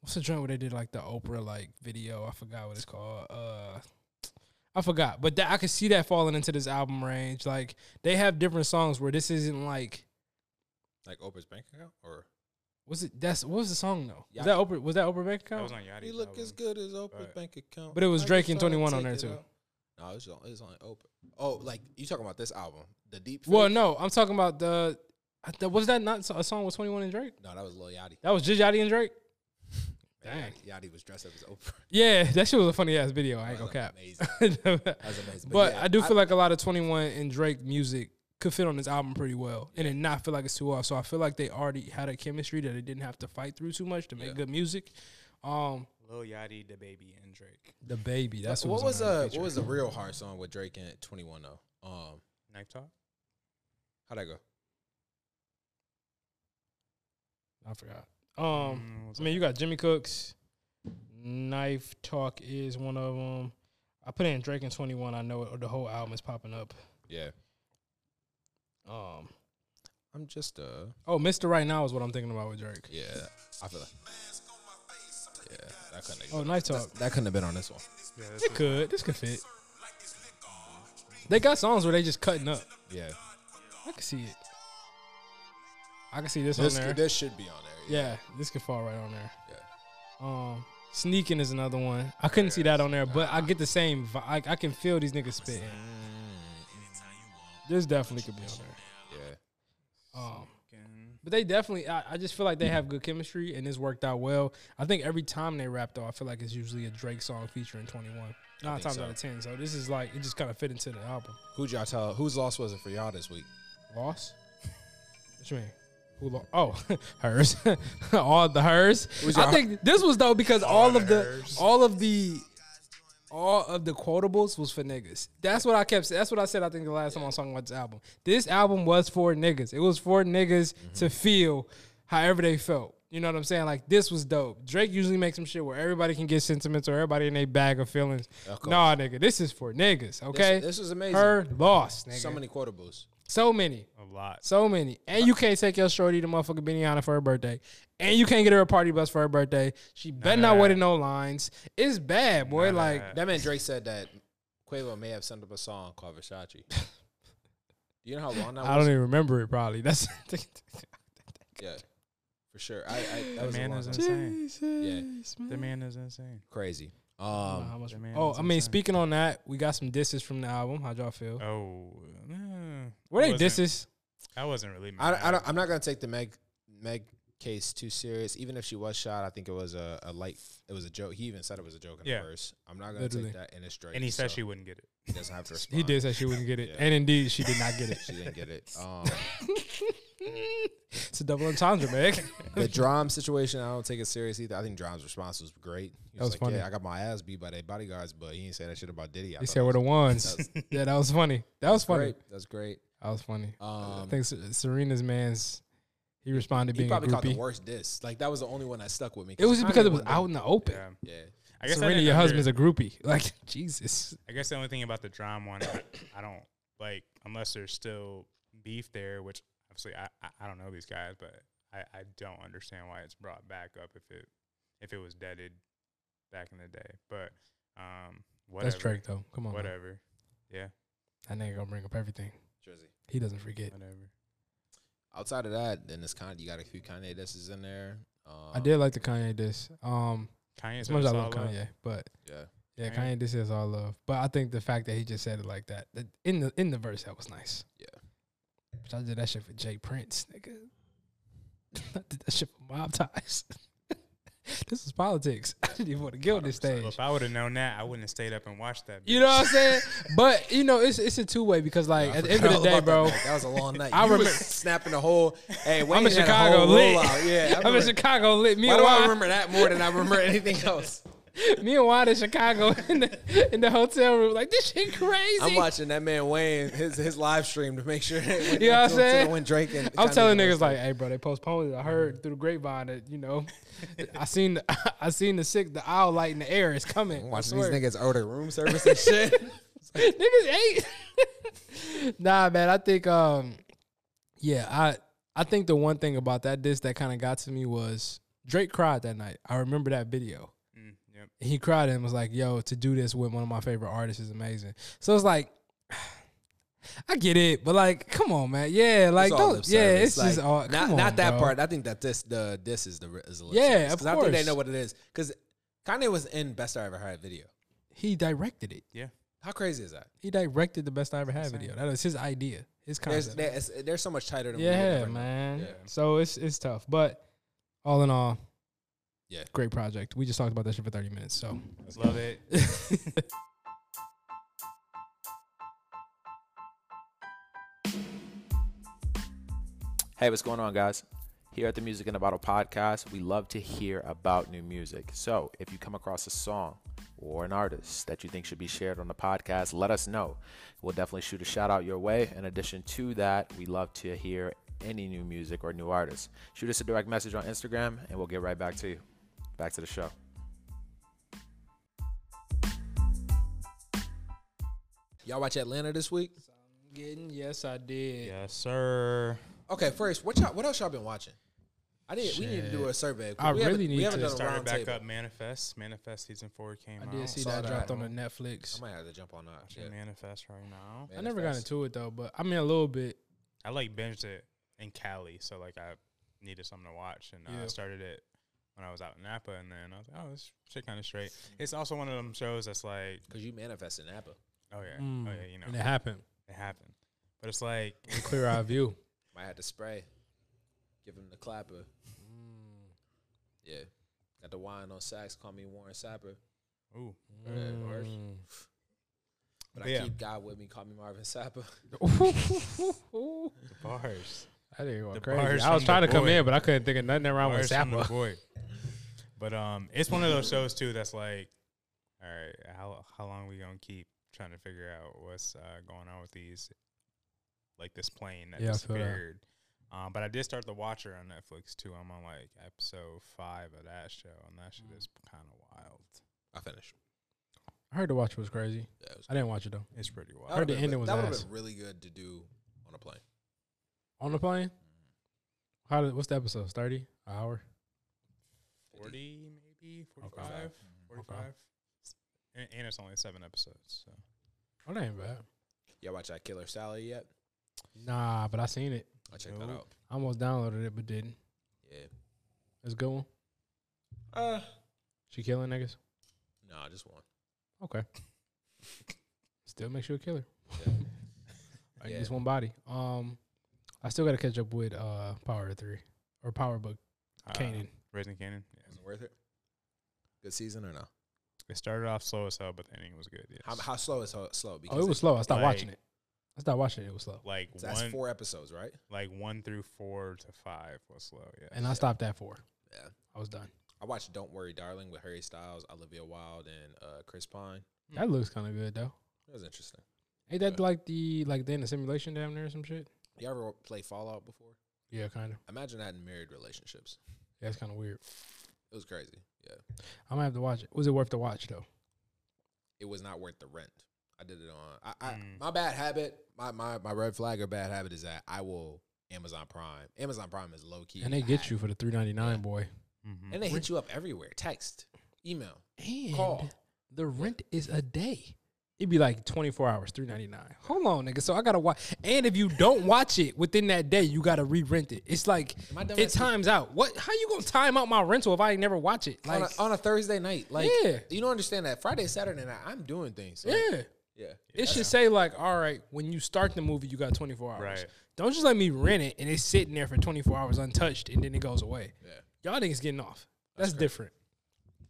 B: what's the joint where they did like the Oprah like video, I forgot what it's called. Uh I forgot. But that I could see that falling into this album range. Like they have different songs where this isn't like
A: Like Oprah's bank account, or
B: was it that's what was the song though? Was that Oprah was that Oprah Bank
C: That
B: account?
C: was on Yachty's
A: you look
C: album.
A: as good as Oprah's
C: Right.
A: bank account.
B: But it was
A: I
B: Drake
A: can
B: and
A: try to
B: 21 on
A: take
B: there
A: it
B: too.
A: out. No, it's on, it's on Oprah. Oh, like you talking about this album, the deep?
B: Well,
A: Fake?
B: no, I'm talking about the I th- was that not a song with 21 and Drake?
A: no, that was Lil Yachty.
B: That was Jizz Yachty and Drake? Dang.
A: Yachty, Yachty was dressed up as Oprah.
B: Yeah, that shit was a funny ass video. I ain't gonna cap.
A: amazing. That's amazing. But
B: but
A: yeah,
B: I do
A: I-
B: feel like a lot of 21 and Drake music could fit on this album pretty well and it not feel like it's too off. So I feel like they already had a chemistry that they didn't have to fight through too much to make good music. Um,
C: Lil Yachty, the baby, and Drake.
B: The Baby, that's
A: what was
B: on that
A: a
B: feature.
A: what was a real hard song with Drake and Twenty One though? Um,
C: Knife talk.
A: how'd that go?
B: I forgot. Um,
C: Mm, what's
B: I mean,
C: that?
B: you got Jimmy Cooks, Knife Talk is one of them. I put in Drake and 21. I know it, the whole album is popping up.
A: Yeah,
B: Um,
A: I'm just uh,
B: oh, Mr. Right Now is what I'm thinking about with Drake.
A: yeah, I feel like yeah, that couldn't have,
B: Oh, Knife Talk.
A: that couldn't have been on this one.
C: Yeah, that's
B: It could. This could fit. They got songs where they just cutting up.
A: Yeah,
B: I can see it. I can see this,
A: this
B: on there.
A: this should be on there.
B: yeah, this could fall right on there. Um, sneaking is another one. I couldn't see that on there, but I get the same. vi- I, I can feel these niggas spitting. This definitely could be on there.
A: yeah.
B: Um,
C: fucking-
B: but they definitely. I, I just feel like they have good chemistry, and this worked out well. I think every time they rap, though, I feel like it's usually a Drake song featuring Twenty One. Nine
A: think
B: times
A: so.
B: out of ten. So this is like it just kind of fit into the album.
A: Who'd y'all tell? Whose loss was it for y'all this week?
B: Loss? What you mean? Who lo- oh, hers. all the hers. I think this was though because all of the all of the all of the quotables was for niggas. That's what I kept. That's what I said. I think the last time I was talking about this album. This album was for niggas. It was for niggas to feel however they felt. You know what I'm saying? Like this was dope. Drake usually makes some shit where everybody can get sentiments or everybody in their bag of feelings.
A: course.
B: Nah, nigga, this is for niggas. Okay,
A: this was amazing.
B: Her loss, nigga.
A: So many quotables.
B: so many.
C: a lot.
B: So many. And you can't take your shorty to motherfucking Benihana for her birthday. And you can't get her a party bus for her birthday. She better not wait in no lines. It's bad, boy. like,
A: That man Drake said that Quavo may have sent up a song called Versace. Do you know how long that was?
B: I don't even remember it probably. That's
A: Yeah, for sure. I, I that was a
C: man
A: long
C: is
A: time.
C: insane.
B: Jesus,
C: The
B: man.
C: man is insane.
A: crazy.
B: I don't know
A: Um,
B: how much-
C: the man
B: oh,
C: is
B: I mean,
C: insane.
B: speaking on that, we got some disses from the album. How'd y'all feel?
C: Oh, eh,
B: Uh, Were
C: I
B: they
C: wasn't-
B: disses?
C: I wasn't really. Mad.
A: I, I don't, I'm not gonna take the Meg Meg case too serious. Even if she was shot, I think it was a, a light. It was a joke. He even said it was a joke in
C: Yeah.
A: the verse. I'm not gonna
B: Literally.
A: take that in a straight.
C: and he said
A: so
C: she wouldn't get it.
A: he doesn't have to respond.
B: He did say she wouldn't get it. And indeed, she did not get it.
A: She didn't get it. Um,
B: It's a double entendre, Meg.
A: the drum situation, I don't take it serious either. I think Drum's response was great. He
B: was funny.
A: Yeah, I got my ass beat by their bodyguards, but he ain't say that shit about Diddy. I
B: He
A: thought
B: said,
A: that
B: we're the
A: was
B: ones. Yeah, that was funny. That was funny.
A: Great. That's great.
B: That was funny. I
A: Um,
B: think Se- Serena's man's he responded
A: he
B: being a
A: probably caught the
B: groupie.
A: worst diss. Like that was the only one that stuck with me.
B: It was just because it
A: Kanye
B: was
A: wasn't-
B: out in the open.
C: Yeah,
A: Yeah,
C: I guess I
B: Serena,
C: didn't
B: your
C: under-
B: husband's a groupie. Like Jesus,
C: I guess the only thing about the drama one, I, I don't like unless there's still beef there, which obviously I, I, I don't know these guys, but I, I don't understand why it's brought back up if it if it was deaded back in the day. But um, whatever.
B: that's Drake though. Come on, man.
C: Whatever. Yeah.
B: that nigga gonna bring up everything.
A: Drizzy.
B: He doesn't forget.
C: Whatever.
A: Outside of that, then it's kind of you got a few Kanye disses in there. Um,
B: I did like the Kanye diss. Um,
C: Kanye's
B: as much as I
C: been
B: love
C: solid.
B: Kanye, but
A: Yeah.
B: yeah,
C: Kanye.
B: Kanye diss is all love. But I think the fact that he just said it like that that in the in the verse that was nice.
A: Yeah.
B: but I did that shit for Jay Prince, nigga. I did that shit for Mob Ties. this is politics. I didn't even want to get on this stage.
C: Well, if I would have known that, I wouldn't have stayed up and watched that.
B: You know what I'm saying? but you know, it's it's a two way because like at the end of the day, bro,
A: That, was a long night.
B: I
A: I remember
B: remember-
A: snapping the whole. Hey, Wayne
B: I'm in
A: had a
B: Chicago
A: whole
B: lit.
A: rollout. Yeah, I
B: I'm in
A: remember-
B: Chicago lit. Me
A: Why
B: and
A: do I
B: Wayne-
A: remember that more than I remember anything else?
B: Me and Juan in Chicago in the, in the hotel room, like this shit crazy.
A: I'm watching that man Wayne his his live stream to make sure. That
B: You know what I'm
A: to- to
B: saying?
A: When Drake and
B: I'm
A: Kanye
B: telling
A: was-
B: niggas like, hey, bro, they postponed it. I heard through the grapevine that you know, I seen the, I seen the sick, the owl light in the air is coming.
A: I'm
B: I
A: watching
B: swear.
A: these niggas order room service and shit.
B: niggas ate. nah, man, I think um, yeah, I I think the one thing about that diss that kind of got to me was Drake cried that night. I remember that video.
C: Mm, yep.
B: He cried and was like, "Yo, to do this with one of my favorite artists is amazing." So it's like. I get it, but like, come on, man. Yeah, like,
A: It's all
B: don't.
A: lip
B: Yeah,
A: service.
B: it's just
A: Like,
B: all.
A: not
B: come
A: not
B: on,
A: that
B: bro.
A: part. I think that this the this is the re- is the lip
B: Yeah,
A: service.
B: of
A: 'Cause I think they
B: course.
A: know what it is because Kanye was in Best I Ever Had video.
B: He directed it.
C: Yeah.
A: How crazy is that?
B: He directed the best I ever had video. That was his idea,
A: There's
B: his concept.
A: there's, there's so much tighter than we would
B: yeah,
A: ever know.
B: man.
A: Yeah.
B: So it's it's tough, but all in all,
A: Yeah.
B: great project. We just talked about that shit for thirty minutes. So
C: Love it.
I: Hey, what's going on, guys? Here at the Music in a Bottle podcast, we love to hear about new music. So if you come across a song or an artist that you think should be shared on the podcast, let us know. We'll definitely shoot a shout out your way. In addition to that, we love to hear any new music or new artists. Shoot us a direct message on Instagram and we'll get right back to you. Back to the show.
A: Y'all watch Atlanta this week?
B: getting yes, I did.
C: yes, sir.
A: Okay, first, what y'all, what else y'all been watching? I need we need to do
B: Shit.
A: a survey.
B: I
A: we
B: really
A: haven't-
B: need
A: we haven't
B: to
A: done a
C: Started
A: round
C: back
A: table.
C: up Manifest. Manifest season four came
B: I
C: out.
B: did see
A: saw
B: that,
A: that.
B: dropped on the Netflix.
A: I might have to jump on that.
C: Watching
A: Yeah.
C: Manifest right now.
B: I never got
A: Manifest.
B: into it though, but I mean a little bit.
C: I like binged it in Cali, so like I needed something to watch, and
B: Yeah.
C: I started it when I was out in Napa, and then I was like, oh, this shit kind of straight. It's also one of them shows that's like,
A: Cause you manifest in Napa.
C: oh yeah,
B: Mm.
C: oh yeah, you know,
B: And it happened.
C: it happened, but it's like
B: Clear eye view.
A: Might have to spray. Give him the clapper. Yeah. Got the wine on sax. Call me Warren Sapper.
C: ooh,
B: Mm.
A: But I
C: Yeah.
A: keep God with me. Call me Marvin Sapper.
C: the bars,
B: I didn't go
C: The
B: crazy.
C: bars
B: I was
C: from
B: trying
C: the
B: to come
C: boy.
B: in, but I couldn't think of nothing around with
C: bars from the
B: Zappa.
C: boy. But um, it's one of those shows too that's like, all right, how how long we gonna keep trying to figure out what's uh, going on with these, like this plane that
B: Yeah, I feel that.
C: disappeared. Um, but I did start The Watcher on Netflix too. I'm on like episode five of that show, and that shit is kind of wild.
A: I finished.
B: I heard the watch was crazy.
A: Yeah, it was
B: I didn't watch it though.
C: It's pretty wild.
A: That would've
B: the
A: been-
B: ending was
A: That would've
B: ass.
A: been really good to do on a plane.
B: On the plane?
C: Mm.
B: How did, what's the episode? 30? An hour?
C: 40 maybe 45
B: Okay.
C: 45 S- and, and it's only seven episodes so
B: Oh, that ain't bad.
A: Y'all watch that Killer Sally yet?
B: Nah, but I seen it.
A: I checked that
C: Nope.
A: out.
B: I almost downloaded it, but didn't.
A: Yeah.
B: It's a good one.
A: Uh.
B: She killing niggas?
A: No, just one.
B: Okay. still makes you a killer.
A: Yeah.
B: Like,
A: Yeah.
B: Just one body. Um, I still got to catch up with uh Power of Three or Power Book Oh,
C: uh,
B: Canaan.
C: raising Canaan yeah.
A: Was it worth it? Good season or no?
C: it started off slow as hell but the ending was good yes.
A: How, how slow is how, slow?
B: Oh, it was slow. I stopped
C: like-
B: watching it. I stopped watching it. It was slow.
C: like
A: so that's
C: one
A: four episodes, right?
C: like one through four to five was slow yeah
B: And I stopped at four.
A: Yeah.
B: I was done.
A: I watched Don't Worry, Darling with Harry Styles, Olivia Wilde, and uh, Chris Pine.
B: That looks kind of good though.
A: That was interesting.
B: Ain't that
A: Okay.
B: like the like they in the simulation down there or some shit?
A: You ever play Fallout before?
B: Yeah, kind of.
A: Imagine that in married relationships.
B: Yeah, it's kind of weird.
A: It was crazy. Yeah.
B: I'm gonna have to watch it. Was it worth the watch though?
A: It was not worth the rent. I did it on. I, I
C: Mm.
A: my bad habit. My, my my red flag or bad habit is that I will Amazon Prime. Amazon Prime is low key,
B: And they get you for the three ninety nine,
A: Yeah.
B: boy.
C: Mhm.
A: and they hit you up everywhere. Text, email.
B: And
A: Call.
B: the rent is a day. It'd be like twenty four hours, three ninety nine. Hold on, nigga. So I gotta watch. And if you don't watch it within that day, you gotta re rent it. It's like
A: Am I dumb
B: it
A: as-
B: times out. What? How you gonna time out my rental if I ain't never watch it? Like,
A: on, a, on a Thursday night, like
B: Yeah.
A: you don't understand that Friday, Saturday night, I'm doing things. Like,
B: yeah.
A: yeah.
B: It should say like, all right, when you start the movie, you got 24 hours.
C: Right.
B: Don't just let me rent it and it's sitting there for 24 hours untouched and then it goes away. Yeah. Y'all niggas getting off. That's, different.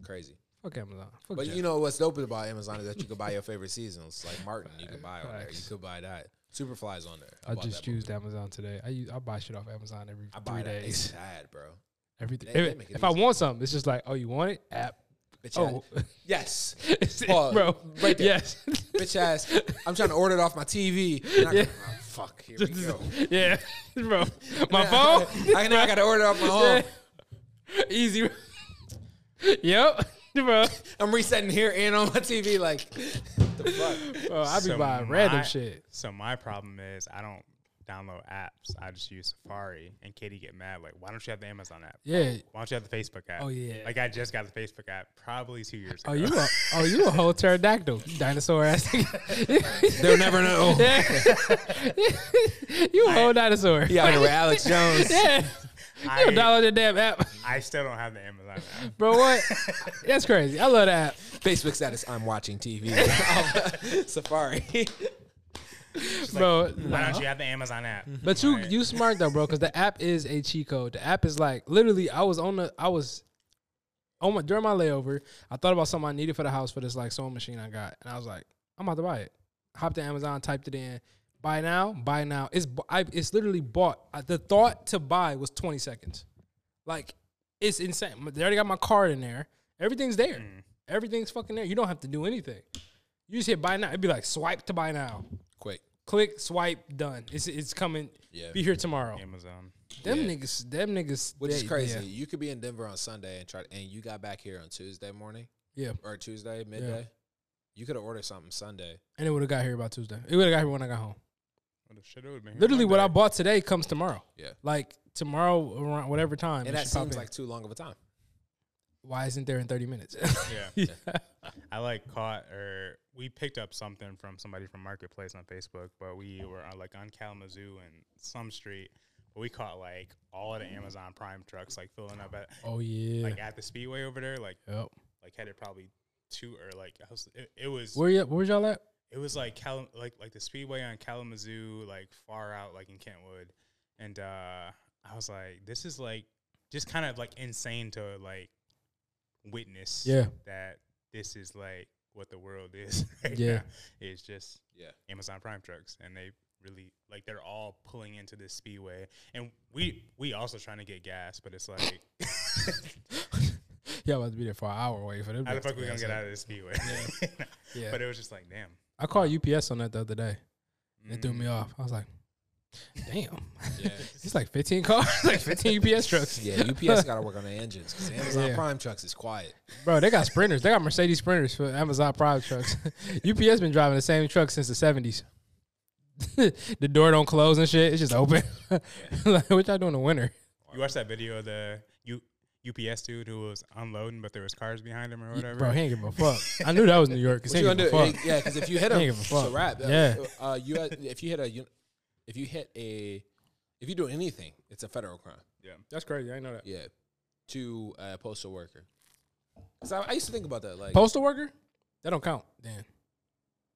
A: crazy.
B: Fuck Amazon. Fuck
A: But
B: Jeff.
A: you know what's dope about Amazon is that you could buy your favorite seasons, like Martin. You could buy on there. You
B: Facts.
A: could buy that. Superfly's on there.
B: I
A: bought
B: just
A: that book.
B: used Amazon today. I use, I buy shit off Amazon every
A: I buy
B: three
A: that. It's
B: days.
A: sad, bro.
B: Everything.
A: They- they
B: if
A: make it
B: if I
A: easy.
B: want something, it's just like, oh, you want it? App.
F: bitch
B: Oh.
F: ass. Yes. Pause.
B: Bro,
F: Right there.
B: Yes.
F: bitch ass. I'm trying to order it off my TV. And I,
B: Yeah.
F: oh, fuck. Here we go.
B: yeah, bro. My
F: I,
B: phone?
F: I, now I got to order it off my home.
B: Yeah. Easy. yep. Bro.
F: I'm resetting here and on my TV. Like,
B: Bro, I be
C: So
B: buying random
C: my-
B: shit.
C: So my problem is I don't download apps. I just use Safari. And Katie get mad like, why don't you have the Amazon app?
B: Yeah.
C: Why don't you have the Facebook app?
B: Oh, yeah.
C: Like I just got the Facebook app probably two years
B: Oh,
C: ago.
B: you a oh you a whole pterodactyl dinosaur ass. nigga.
F: they'll never know.
B: you a whole dinosaur.
F: Yeah, here with Alex Jones.
B: Yeah. You a
C: I,
B: dollar the damn app,
C: I still don't have the Amazon app.
B: bro. What? That's crazy. I love that app.
F: Facebook status: I'm watching TV. Safari.
B: bro.
C: Why
B: nah.
C: don't you have the Amazon app?
B: Uh-huh. But you you smart though, bro, because the app is a cheat code. The app is like literally. I was on the I was on my during my layover. I thought about something I needed for the house for this like sewing machine I got, and I was like, I'm about to buy it. Hopped to Amazon, typed it in. Buy now, buy now. It's bu- I, it's literally bought. I, the thought to buy was 20 seconds. Like it's insane. They already got my card in there. Everything's there. Everything's fucking there. You don't have to do anything. You just hit buy now. It'd be like swipe to buy now
F: Quick.
B: click, swipe, done. It's it's coming.
F: Yeah.
B: Be here tomorrow.
C: Amazon.
B: Them niggas, them niggas,
F: Which is
B: they-
F: crazy.
B: yeah.
F: You could be in Denver on Sunday and try, and you got back here on Tuesday morning
B: Yeah,
F: or Tuesday midday. You could have ordered something Sunday.
B: and it would have got here by Tuesday. It would have got here when I got home.
C: What the shit would've been here
B: Literally, what I
C: Monday.
B: bought today comes tomorrow.
F: Yeah.
B: like tomorrow around whatever time.
F: And
B: it
F: that
B: should pop
F: seems
B: in.
F: like too long of a time.
B: why isn't there in thirty minutes?
C: Yeah. I like caught or we picked up something from somebody from Marketplace on Facebook, but we were on, like on Kalamazoo and some street. But we caught like all of the Amazon Prime trucks like filling up at
B: oh yeah.
C: like at the speedway over there. Like
B: yep.
C: like headed probably two or like I was, it, it was
B: Where you? Where's y'all at?
C: it was like Cal- like like the speedway on Kalamazoo, like far out, like in Kentwood, and uh, I was like, this is like just kind of like insane to like witness.
B: Yeah.
C: that this is like what the world is. Right
B: Yeah.
C: now. it's just
F: Yeah.
C: Amazon Prime trucks, and they really like they're all pulling into this speedway, and we we also trying to get gas, but it's like
B: Y'all about to be there for an hour waiting for them.
C: how the
B: bitches
C: fuck
B: to
C: we gonna
B: pass
C: get
B: up.
C: out of this speedway?
B: Yeah.
C: but it was just like damn.
B: I called UPS on that the other day. They threw
C: Mm.
B: me off. I was like, damn.
F: Yeah.
B: It's like fifteen cars, like fifteen UPS trucks.
F: yeah. UPS got to work on the engines because Amazon
B: Yeah.
F: Prime trucks is quiet.
B: Bro, they got sprinters. They got Mercedes sprinters for Amazon Prime trucks. UPS been driving the same truck since the seventies. the door don't close and shit. It's just open. like, what y'all doing in the winter?
C: You watched that video of the U- UPS dude who was unloading, but there was cars behind him or whatever.
B: Bro, he ain't give a fuck. I knew that was New York. Cause
F: What
B: he
F: you
B: ain't
F: gonna
B: give a
F: do?
B: fuck.
F: Yeah, because if you hit
B: They
F: him,
B: ain't give a
F: it's a
B: fuck.
F: wrap.
B: Yeah.
F: Uh, you if you hit a uni- if you hit a if you do anything, it's a federal crime.
B: That's crazy. I know that.
F: Yeah. To uh, a postal worker. Because I, I used to think about that. Like
B: Postal worker? That don't count. Damn.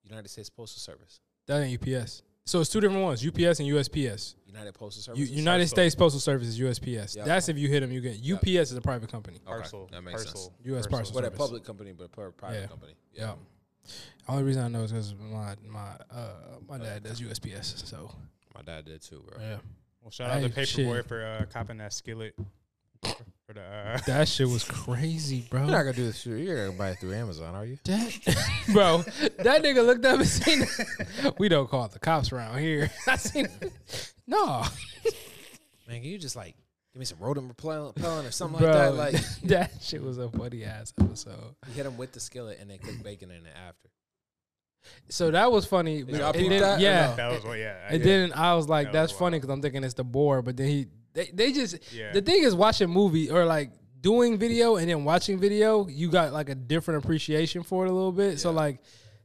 F: United States Postal Service,
B: That ain't UPS. So it's two different ones: UPS and USPS.
F: United Postal
B: U-
F: Service.
B: United States Postal Service is USPS.
F: Yep.
B: That's if you hit them, you get. UPS is a private company.
C: Parcel.
F: that makes
C: parcel,
F: sense.
B: U.S. Parcel
F: What a
B: Service.
F: public company, but a pri- private
B: Yeah.
F: company.
B: Yeah. Only reason I know is because my my uh my dad does USPS, so
F: My dad did too, bro.
B: yeah.
C: Well, shout out to
B: Hey,
C: Paperboy
B: shit.
C: for uh, copping that skillet. For the, uh,
B: That shit was crazy, bro.
F: gonna do this. You're not gonna buy it through Amazon, are you?
B: That, bro, that nigga looked up and seen. we don't call the cops around here. I seen. No,
F: Man, can you just like give me some rodent repellent repellent or something
B: bro,
F: like that? Like
B: that shit was a funny ass episode.
F: you hit them with the skillet and they cook bacon in it after.
B: So that was funny. but-
F: y'all
B: and
F: peep
B: then-
F: that or
B: yeah,
F: no?
C: that was what, yeah. I-
B: And then I was like,
C: That
B: "That's
C: was
B: funny,"
C: wild.
B: because I'm thinking it's the boar. But then he, they, they just
C: Yeah.
B: the thing is watching movie or like doing video and then watching video, you got like a different appreciation for it a little bit. So like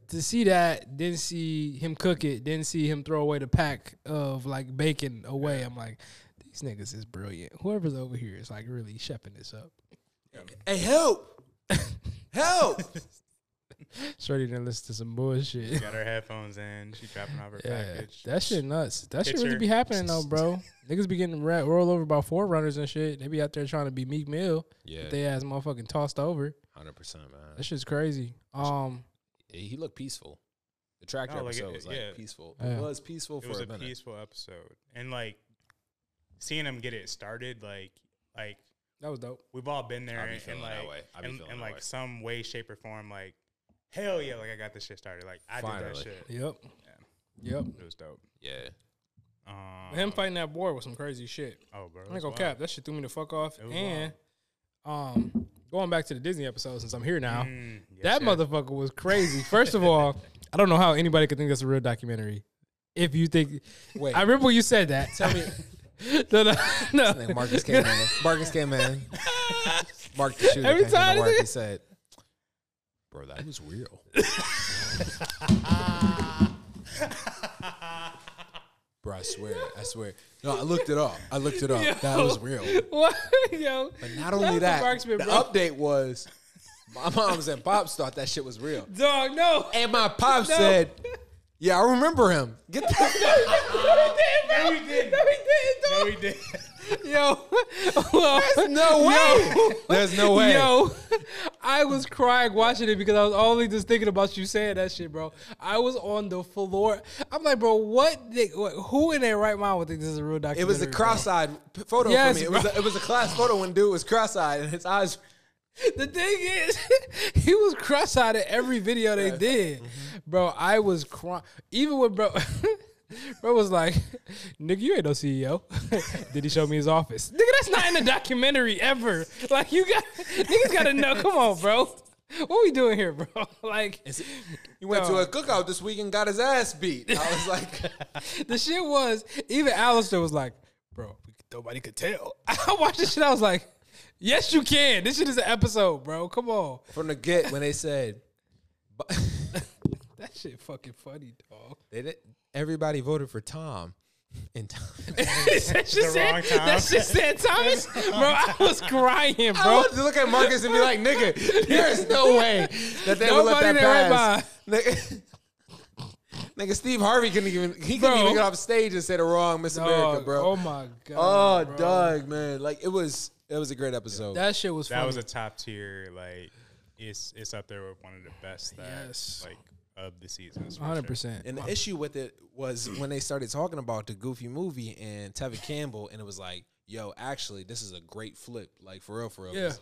B: to see that, then see him cook it, then see him throw away the pack of like bacon away. I'm like, these niggas is brilliant. Whoever's over here is like really shepping this up.
F: Hey, help! help!
B: Shorty didn't listen to some bullshit.
C: got her headphones in. She dropping off her
B: Yeah,
C: package.
B: that shit nuts. That shit really
C: Picture.
B: be happening though, bro. Niggas be getting ra- rolled over by forerunners and shit. They be out there trying to be Meek Mill.
F: Yeah,
B: They ass motherfucking tossed over.
F: hundred percent, man.
B: That shit's crazy. Um,
F: He looked peaceful. The tractor
C: No, Oh, like,
F: episode
C: it-
F: was like
C: yeah.
F: peaceful.
B: Yeah.
F: It was peaceful
C: It
F: for
C: was
F: a,
C: a
F: minute.
C: peaceful episode, and like seeing him get it started, like like
B: That was dope.
C: we've all been there
A: I be
C: in- in
A: feeling that
C: like
A: way. I be
C: in,
A: feeling
C: in
A: that
C: like
A: way.
C: some way, shape, or form. Like hell yeah, like I got this shit started. Like I did
A: Finally.
C: that shit.
B: Yep. Yep.
C: It was dope.
A: Yeah.
C: Um,
B: Him fighting that boy was some crazy shit.
C: Oh, bro.
B: I ain't gonna
C: it's
B: cap. That shit threw me the fuck off.
C: was
B: And um, going back to the Disney episode, since I'm here now,
C: wild. Mm, yes,
B: that
C: sir.
B: motherfucker was crazy. First of all, I don't know how anybody could think that's a real documentary. If you think,
F: Wait.
B: I remember when you said that. Tell me. no, no, no.
F: Like Marcus came in. Marcus came in. Mark the shooter
B: Every
F: came into
B: time
F: work.
B: he-
F: He said,
A: Bro, that was real.
F: "Bro, I swear, I swear." No, I looked it up. I looked it up. That was real.
B: What? Yo.
F: But not
B: Shout out
F: only
B: to
F: that,
B: Marksman,
F: the
B: bro.
F: update was my mom's and pops thought that shit was real,
B: Dog, no.
F: and my pops
B: No.
F: said, "Yeah, I remember him." Get the
B: No, No, we
C: we didn't. No, we did.
B: didn't, dog. Yo. Well,
F: no way. There's no way.
B: Yo, I was crying watching it because I was only just thinking about you saying that shit, bro. I was on the floor. I'm like, bro, what? The, what who in their right mind would think this is a real documentary?
F: It was a
B: bro?
F: cross-eyed p- photo
B: Yes,
F: for me. It was
B: bro.
F: a, it was a class photo when dude was cross-eyed and his eyes.
B: The thing is, he was cross-eyed at every video they did,
F: Mm-hmm.
B: bro. I was crying, even when bro. Bro was like, "Nigga, you ain't no CEO." Did he show me his office? Nigga, that's not in the documentary ever. Like, you got niggas got to know. Come on, bro. What we doing here, bro? Like,
F: He went to
B: No.
F: a cookout this week and got his ass beat. I was like,
B: the shit was even Alistair was like, bro, nobody could tell. I watched this shit. I was like, yes, you can. This shit is an episode, bro. Come on,
F: from the get when they said, bu-
B: that shit fucking funny, dog.
F: they did, everybody voted for Tom, and Tom,
B: that, shit said,
C: wrong time.
B: that shit said Thomas, bro. I was crying,
F: I
B: bro.
F: wanted to look at Marcus and be like, nigga, there's no way that they would let
B: Nobody that
F: that pass. Nigga, nigga, Steve Harvey couldn't even he couldn't
B: Bro.
F: even get off stage and say the wrong Miss America,
B: Dog,
F: bro.
B: Oh my
F: Oh,
B: god. bro.
F: dog, man, like it was it was a great episode.
B: That shit was
C: That
B: funny.
C: was a top tier. Like it's it's up there with one of the best. That,
B: Yes.
C: Like of the seasons. for sure.
B: 100%.
F: And the issue with it was when they started talking about the Goofy movie and Tevin Campbell, and it was like, yo, actually, this is a great flip. Like, for real, for real.
B: Yeah.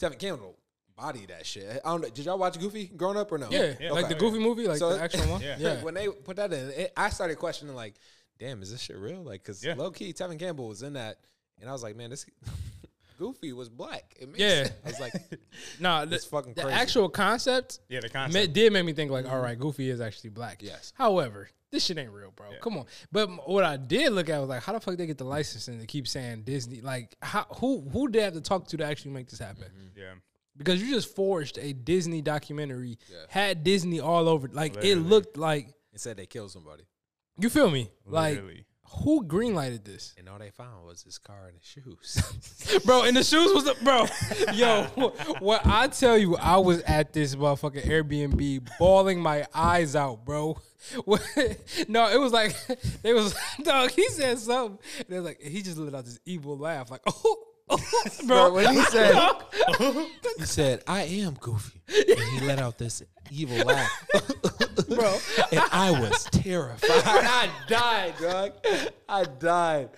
F: Tevin Campbell body that shit. I don't know. Did y'all watch Goofy growing up or no?
B: Yeah, like the
F: Okay.
B: Goofy movie, like
F: So-
B: the actual one.
C: Yeah.
B: yeah.
F: When they put that in, it, I started questioning, like, damn, is this shit real? Like, because
C: Yeah.
F: low key, Tevin Campbell was in that. And I was like, man, this Goofy was black. It makes
B: Yeah.
F: sense. I was like,
B: Nah, the,
F: It's fucking
B: the
F: crazy.
B: actual concept
C: Yeah, the
B: ma-
C: concept.
B: did make me think like, all right, Goofy is actually black.
F: Yes.
B: However, this shit ain't real, bro. Come on. But m- what I did look at was like, how the fuck they get the licensing to keep saying Disney? Like, how, who who they have to talk to to actually make this happen?
C: Yeah.
B: Because you just forged a Disney documentary, had Disney all over. Like, it looked like
F: it said they killed somebody.
B: you feel me? Like,
C: Literally.
B: who greenlighted this?
F: And all they found was his car and his shoes.
B: bro. And the shoes was the bro. Yo, what I tell you, I was at this motherfucking Airbnb bawling my eyes out, bro. What- no, it was like they was dog. He said something. And they was like he just let out this evil laugh, like oh. bro,
F: Bro, when he said-
B: Dog,
F: he said, I am Goofy. And he let out this evil laugh.
B: bro,
F: and I was terrified. I died, dog. I died.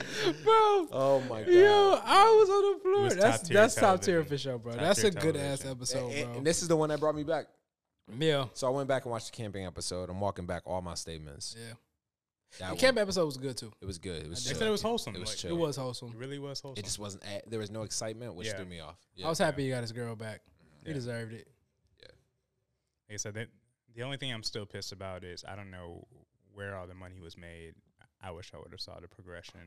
B: bro,
F: Oh my god.
B: yo, I was on the floor.
C: was
B: That's
C: top tier
B: that's top tier
C: television.
B: for sure, bro.
C: Top
B: that's
C: tier
B: a good ass
C: television.
B: episode,
F: and,
B: bro.
F: and this is the one that brought me back.
B: Yeah,
F: So I went back and watched the camping episode. I'm walking back all my statements.
B: yeah.
F: That
B: The
F: one.
B: camp episode was good too.
F: it was good. It was.
C: They
F: Chill.
C: said it was wholesome.
F: It was
C: like,
F: chill.
B: It was wholesome.
C: It really was wholesome.
F: It just wasn't. a- There was no excitement, which
C: Yeah.
F: threw me off.
B: I was happy he got his girl back. He deserved it.
C: like I said, that the only thing I'm still pissed about is I don't know where all the money was made. I wish I would have saw the progression.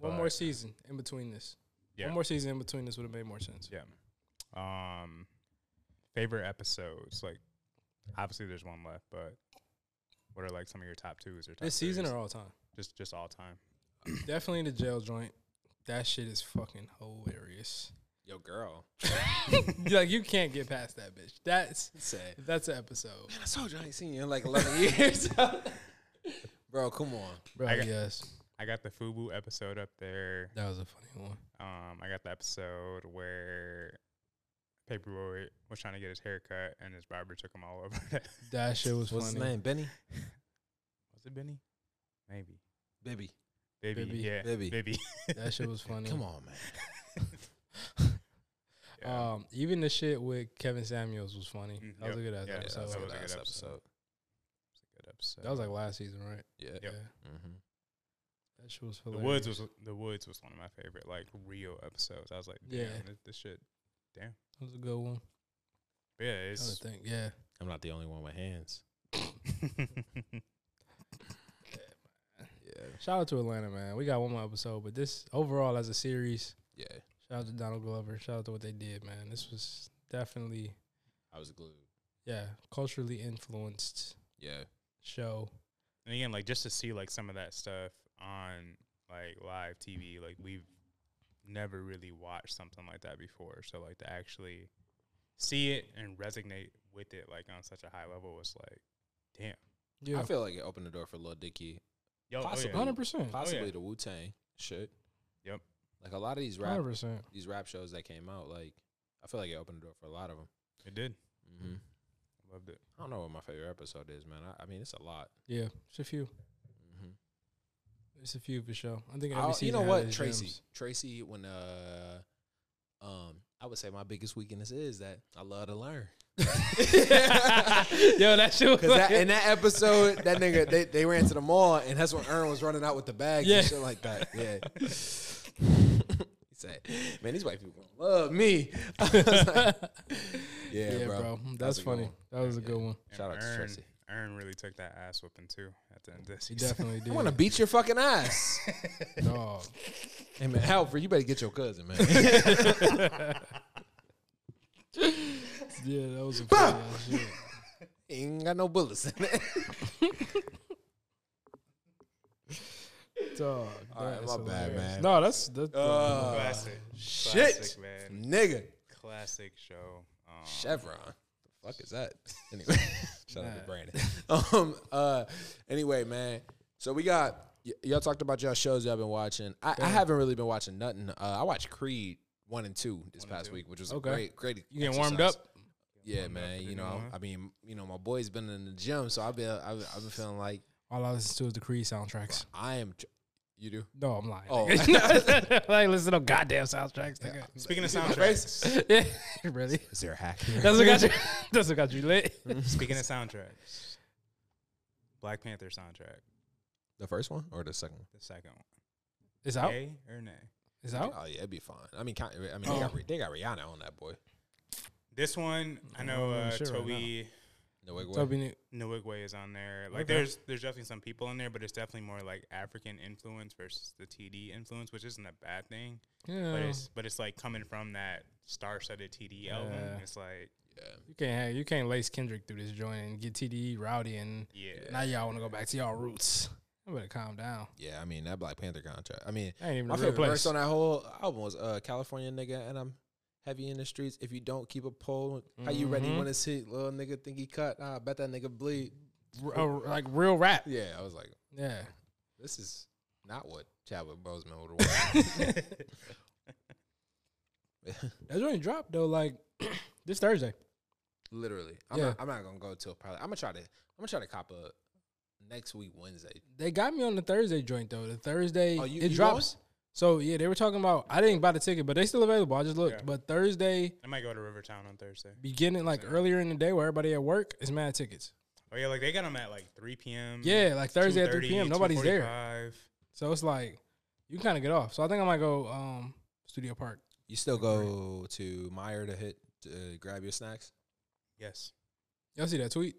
B: One more season in between this.
C: Yeah.
B: One more season in between this would have made more sense.
C: Yeah. Um, favorite episodes like obviously there's one left, but what are like some of your top twos or top
B: This season
C: threes?
B: or all time?
C: just just all time?
B: Definitely the jail joint. That shit is fucking hilarious.
F: Yo, girl.
B: like you can't get past that bitch. That's
F: Say,
B: that's an episode,
F: I told you I ain't seen you in like 11 years. Bro, come on.
B: bro.
C: I got-
B: yes,
C: I got the Fubu episode up there.
B: that was a funny one.
C: Um, I got the episode where Paperboy was trying to get his hair cut and his barber took him all over. was
B: That shit was
F: What's his
B: funny.
F: name? Benny.
C: it Benny? Maybe.
F: Bibby.
C: Baby,
B: Bibby.
C: yeah,
F: Bibby.
C: baby.
B: That shit was funny.
F: Come on, man.
C: Yeah.
B: Um, even the shit with Kevin Samuels was funny.
C: Mm,
B: That was a good ass
C: yeah,
B: episode.
C: that was a good
A: Last
C: episode. Good episode.
B: That was like last season, right?
A: Yeah.
C: Yep.
B: Yeah.
A: Mm-hmm.
B: That shit was
C: the
B: hilarious.
C: woods was the woods was one of my favorite like real episodes. I was like, damn,
B: Yeah.
C: this, this shit.
B: That was a good one.
C: But yeah,
B: I
C: it's
B: think. Yeah.
A: I'm not the only one with hands. Yeah.
B: Shout out to Atlanta, man. We got one more episode, but this overall as a series,
A: Yeah.
B: shout out to Donald Glover. Shout out to what they did, man. This was definitely,
A: I was glued.
B: yeah, culturally influenced
A: Yeah.
B: show.
C: and again, like just to see like some of that stuff on like live TV, like we've never really watched something like that before. So like to actually see it and resonate with it like on such a high level was like, damn,
B: Yeah,
A: I feel like it opened the door for Lil Dicky,
C: yo, oh, yeah.
B: hundred percent,
A: possibly
C: yeah.
A: the Wu Tang shit.
C: Yep.
A: Like a lot of these rap
B: hundred percent.
A: these rap shows that came out, like I feel like it opened the door for a lot of them.
C: it did,
A: Mm-hmm.
C: loved it.
A: I don't know what my favorite episode is, man. I, I mean, it's a lot.
B: Yeah, it's a few.
A: Mm-hmm.
B: It's a few for sure. I think every
A: I'll,
B: season
A: you know
B: had
A: what,
B: its
A: Tracy?
B: gems.
A: Tracy, when uh, um, I would say my biggest weakness is that I love to learn.
B: Yo, that shit was
F: Cause that,
B: like-
F: in that episode, that nigga they, they ran to the mall, and that's when Aaron was running out with the bags
B: Yeah.
F: and shit like that. Yeah, he said, "Man, these white people gonna love me." I was like, yeah,
B: yeah, bro.
F: bro.
B: That's
F: a good
B: funny.
F: one.
B: That was a good one.
C: And
A: Shout out to
C: Earn-
A: Tracy.
C: Earn really took that ass whooping too at the end of this.
B: He
C: season.
B: definitely did.
F: I want to beat your fucking ass.
B: Dog.
F: hey man, Alfred, you better get your cousin, man.
B: Yeah, that was a funny ass shit.
F: He ain't got no bullets in it.
B: Dog.
F: All right,
B: that's
F: my bad,
B: hilarious.
F: man. Uh,
B: No, that's that's
C: classic,
F: Oh, Shit,
C: classic man,
F: nigga,
C: classic show. Um,
F: Chevron. The fuck is that? Anyway,
A: Shout out to Brandon.
F: um, uh, anyway, man. So we got y- y'all talked about y'all shows y'all been watching. I, I haven't really been watching nothing. Uh, I watched Creed one and two this past week, which was a
B: Okay.
F: great, great.
B: You getting warmed up?
F: Yeah, man. You know, I- I mean, you know, my boy's been in the gym, so I've been, I've, I've been feeling like
B: All I listen to is the Creed soundtracks.
F: I am. tr- You do.
B: No, I'm lying.
F: Oh.
B: nigga. like listen to goddamn soundtracks. nigga.
C: Speaking of soundtracks,
B: Yeah, really.
F: Is there a hack here?
B: That's what got you. That's what got you lit.
C: speaking of soundtracks, Black Panther soundtrack,
A: The first one or the second one?
C: the second one,
B: It's out.
C: yay or nay?
B: It's out.
A: Oh yeah, it'd be fine. I mean, count- I
F: Oh.
A: mean, they, got, Ri- they got Rihanna on that boy.
C: This one, I know
B: I'm
C: uh,
B: not sure right
C: Toby
A: No way.
B: So we need-
C: Nwigwe is on there. Like,
B: Okay.
C: there's there's definitely some people in there, but it's definitely more like African influence versus the TD influence, which isn't a bad thing. But
B: Yeah.
C: it's but it's like coming from that star-studded TD album.
B: Oh. Yeah.
C: It's like
B: You can't have, you can't lace Kendrick through this joint and get TDE rowdy and
C: yeah,
B: now y'all want to go back to y'all roots. I better calm down.
A: Yeah, I mean that Black Panther contract. I mean,
B: I ain't even
A: my
B: a real
A: favorite
B: place.
A: verse on that whole album was uh, "California nigga," and I'm heavy in the streets. If you don't keep a pole, how you ready
B: Mhm.
A: when it's hit? Little nigga think he cut. Nah, I bet that nigga bleed.
B: R- uh, like real rap.
A: Yeah, I was like,
B: Yeah.
A: this is not what Chadwick Boseman would want.
B: That joint dropped though, like this Thursday.
A: Literally, I'm,
B: Yeah.
A: not, I'm not gonna go till probably. I'm gonna try to. I'm gonna try to cop a next week Wednesday.
B: They got me on the Thursday joint though. The Thursday
A: Oh, you-
B: it
A: you
B: drops. So yeah, they were talking about. I didn't buy the ticket, but they still available. I just looked.
C: Yeah.
B: But Thursday,
C: I might go to Rivertown on Thursday.
B: beginning like earlier in the day, where everybody at work is mad tickets.
C: Oh yeah, like they got them at like 3
A: Mm-hmm.
C: p.m.
B: Yeah, like Thursday at
C: 2:30,
B: three p.m. Nobody's there,
C: 2:45.
B: so it's like you kind of get off. So I think I might go um Studio Park.
A: You still go to Meyer to hit to grab your snacks?
C: Yes.
B: Y'all see that tweet?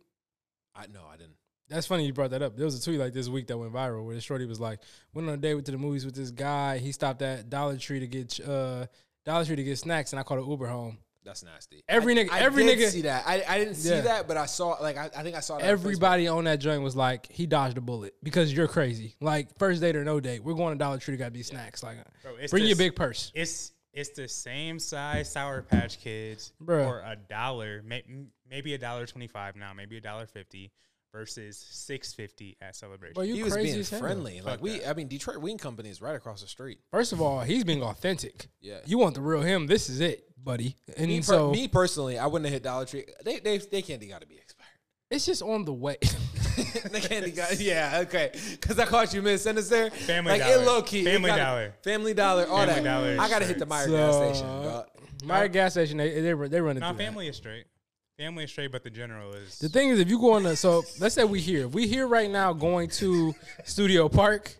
A: I no, I didn't.
B: That's funny you brought that up. There was a tweet like this week that went viral where the shorty was like, went on a date with to the movies with this guy. He stopped at Dollar Tree to get uh Dollar Tree to get snacks, and I called an Uber home.
A: That's nasty.
B: Every nigga,
F: I
B: every
F: did
B: nigga,
F: see that. I, I didn't see
B: Yeah.
F: that, but I saw like I, I think I saw that on
B: everybody on that joint was like, he dodged a bullet because you're crazy. Like first date or no date, we're going to Dollar Tree to get these snacks. Like,
C: Bro, it's
B: bring your
C: this-
B: big purse.
C: It's it's the same size Sour Patch Kids
B: Bruh.
C: for a dollar, may, m- maybe a dollar twenty five now, maybe a dollar fifty versus six fifty at Celebration.
B: But you
A: He was
B: crazy
A: being
B: as hell.
A: friendly. Like
C: Fuck
A: we,
C: that.
A: I mean, Detroit Wing Company is right across the street.
B: First of all, he's being authentic.
A: Yeah.
B: you want the real him. This is it, buddy. And
A: Me, per-
B: so
A: me personally, I wouldn't have hit Dollar Tree. They they they candy got to be expired.
B: it's just on the way.
A: they candy got yeah okay. Because I caught you mid sentence there.
C: Family
A: like
C: dollar.
A: it low key.
C: Family dollar.
A: Family dollar. All
C: Family
A: that.
C: dollar
A: I gotta
C: is
A: hit the Meyer
B: So-
A: gas station. dog.
B: My gas station, they they, run- they run it
C: Now
B: through. that.
C: family is straight. Family is straight, but the general is.
B: The thing is, if you go on the so let's say we here, we here right now going to Studio Park.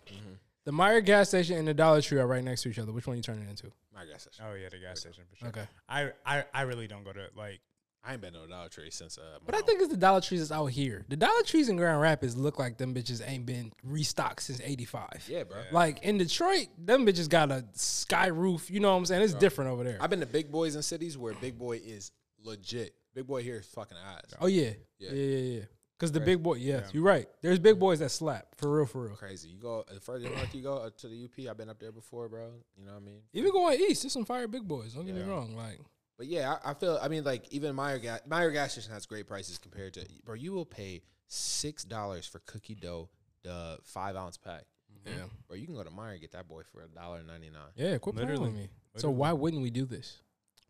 B: The Meyer gas station and the Dollar Tree are right next to each other. Which one you turning into?
F: My gas station.
C: oh yeah, the gas station for sure.
B: Okay,
C: I, I I really don't go to like.
F: I ain't been to a Dollar Tree since. Uh,
B: but I think it's the Dollar Trees that's out here. The Dollar Trees in Grand Rapids look like them bitches ain't been restocked since '85.
F: yeah, bro.
B: Like in Detroit, them bitches got a sky roof. You know what I'm saying? It's different over there.
F: I've been to big boys in cities where big boy is legit. Big boy here is fucking eyes.
B: oh yeah, yeah, yeah, yeah. Because the big boy, yes, you're right. There's big boys that slap for real, for real.
F: Crazy. You go the further north you go uh, to the UP. I've been up there before, bro. You know what I mean?
B: Even going east, there's some fire big boys. Don't get me
F: Yeah.
B: wrong. Like
F: But yeah, I, I feel. I mean, like even Meyer gas Meyer gas station has great prices compared to. Bro, you will pay six dollars for cookie dough, the five ounce pack.
B: Yeah.
F: Bro, you can go to Meyer and get that boy for a dollar ninety nine.
B: Yeah, quit playing
C: Literally.
B: with me. So why wouldn't we do this?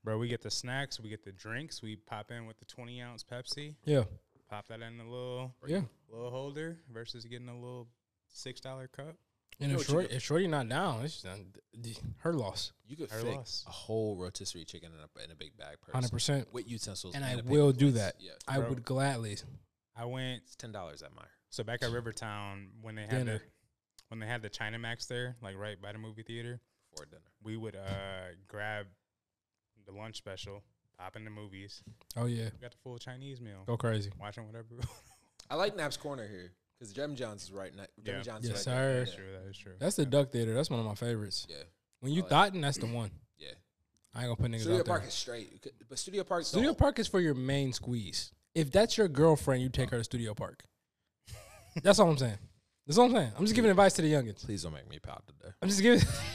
C: Bro, we get the snacks, we get the drinks, we pop in with the twenty ounce Pepsi,
B: Yeah,
C: pop that in a little
B: yeah.
C: little holder versus getting a little six dollar cup.
B: And if, Short, if Shorty not down, it's just not, her loss,
F: You could
C: Her
F: fix
C: loss.
F: a whole rotisserie chicken in a, in a big bag, person,
B: hundred percent.
F: with utensils.
B: And I
F: a paper
B: will do
F: plates.
B: that.
F: Yeah,
B: I
C: Bro.
B: would gladly.
C: I went
F: it's ten dollars at Meyer.
C: so back at Rivertown when they had the,
B: Dinner.
C: when they had the China Max there, like right by the movie theater.
F: for dinner.
C: we would uh grab the lunch special, pop in the movies.
B: Oh yeah,
C: We got the full Chinese meal,
B: go crazy.
C: watching whatever.
F: I like Knapp's Corner here because Jim John's is right next. Jim
C: Yeah.
F: John's
B: Yes,
F: right there.
B: sir.
C: That's true. That is true.
B: That's the Duck Theater. That's one of my favorites.
F: Yeah,
B: When you
F: Oh, yeah.
B: thoughtin', that's the one.
F: yeah.
B: I ain't gonna put niggas
F: Studio
B: out there.
F: Park is straight, You could- but Studio Park.
B: Studio Park is for your main squeeze. If that's your girlfriend, you take her to Studio Park. that's all I'm saying. That's all I'm saying. I'm just giving advice to the youngins.
F: Please don't make me pout today.
B: I'm just giving.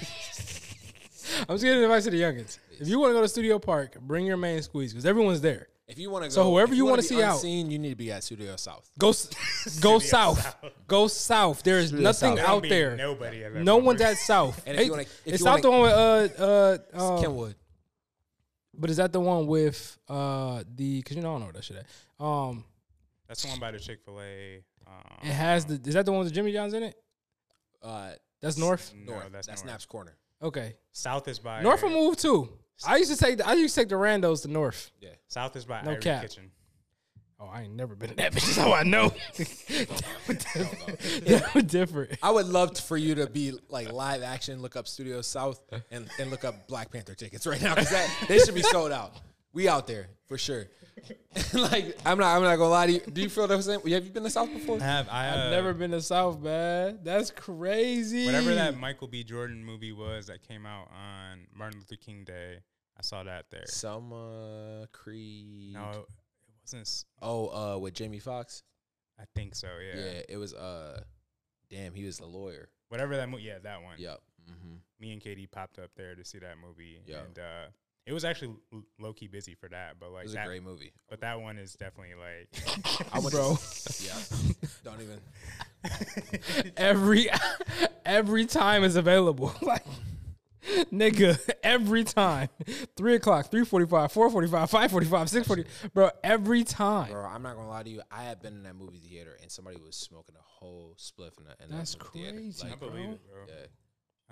B: I'm just giving advice to the youngins. If you want to go to Studio Park, bring your main squeeze because everyone's there.
F: If you want to go,
B: So whoever
F: if
B: you
F: wanna
B: wanna
F: be
B: see out-
F: unseen, you need to be at Studio South.
B: Go, s- go south. Go south. There is nothing
C: There don't
B: out
C: be
B: there. No,
C: Nobody. I've ever
B: one's
C: heard.
B: at south.
F: And if
B: Hey,
F: you wanna- if
B: is
F: you
B: south the one with uh uh, uh
F: Kenwood.
B: but is that the one with uh the because you know I don't know what that shit. At. Um,
C: That's the one by the Chick Fil A. Um,
B: it has the is that the one with Jimmy John's in it?
F: Uh,
B: That's north.
C: no,
F: north.
C: that's,
F: that's
C: north.
F: Knapp's Corner.
B: Okay,
C: South is by
B: north will move too. I used to take the, I used to take the randos to north.
C: South is by
B: No
C: Ivory
B: cap.
C: Kitchen.
B: Oh, I ain't never been in that bitch. That's how I know. that was different.
F: I would love t- for you to be like live action, look up Studio South, and, and look up Black Panther tickets right now because they should be sold out. We out there for sure. like I'm not, I'm not gonna lie to you. Do you feel the same? Have you been to South before?
C: I have. I,
B: I've
C: uh,
B: never been to South, man. That's crazy.
C: Whatever that Michael B. Jordan movie was that came out on Martin Luther King Day, I saw that there.
F: Selma Creed.
C: No, it wasn't. s-
F: Oh, uh, with Jamie Foxx.
C: I think so.
F: Yeah.
C: Yeah.
F: it was. Uh, damn, he was the lawyer.
C: Whatever that movie. Yeah, that one.
F: Yep. Mm-hmm.
C: me and Katie popped up there to see that movie,
F: Yeah.
C: and uh, it was actually low key busy for that. But
F: It
C: like
F: was
C: that,
F: a great movie.
C: but that one is definitely like
F: I would,
B: bro.
F: yeah. Don't even.
B: Every every time is available. like nigga, every time. Three o'clock, three forty-five, four forty-five, five forty-five, six forty. Bro, every time.
F: Bro, I'm not gonna lie to you. I have been in that movie theater and somebody was smoking a whole spliff in that. In
B: That's
F: that movie
B: crazy,
C: I
F: Theater. Like,
C: believe it, bro.
F: yeah.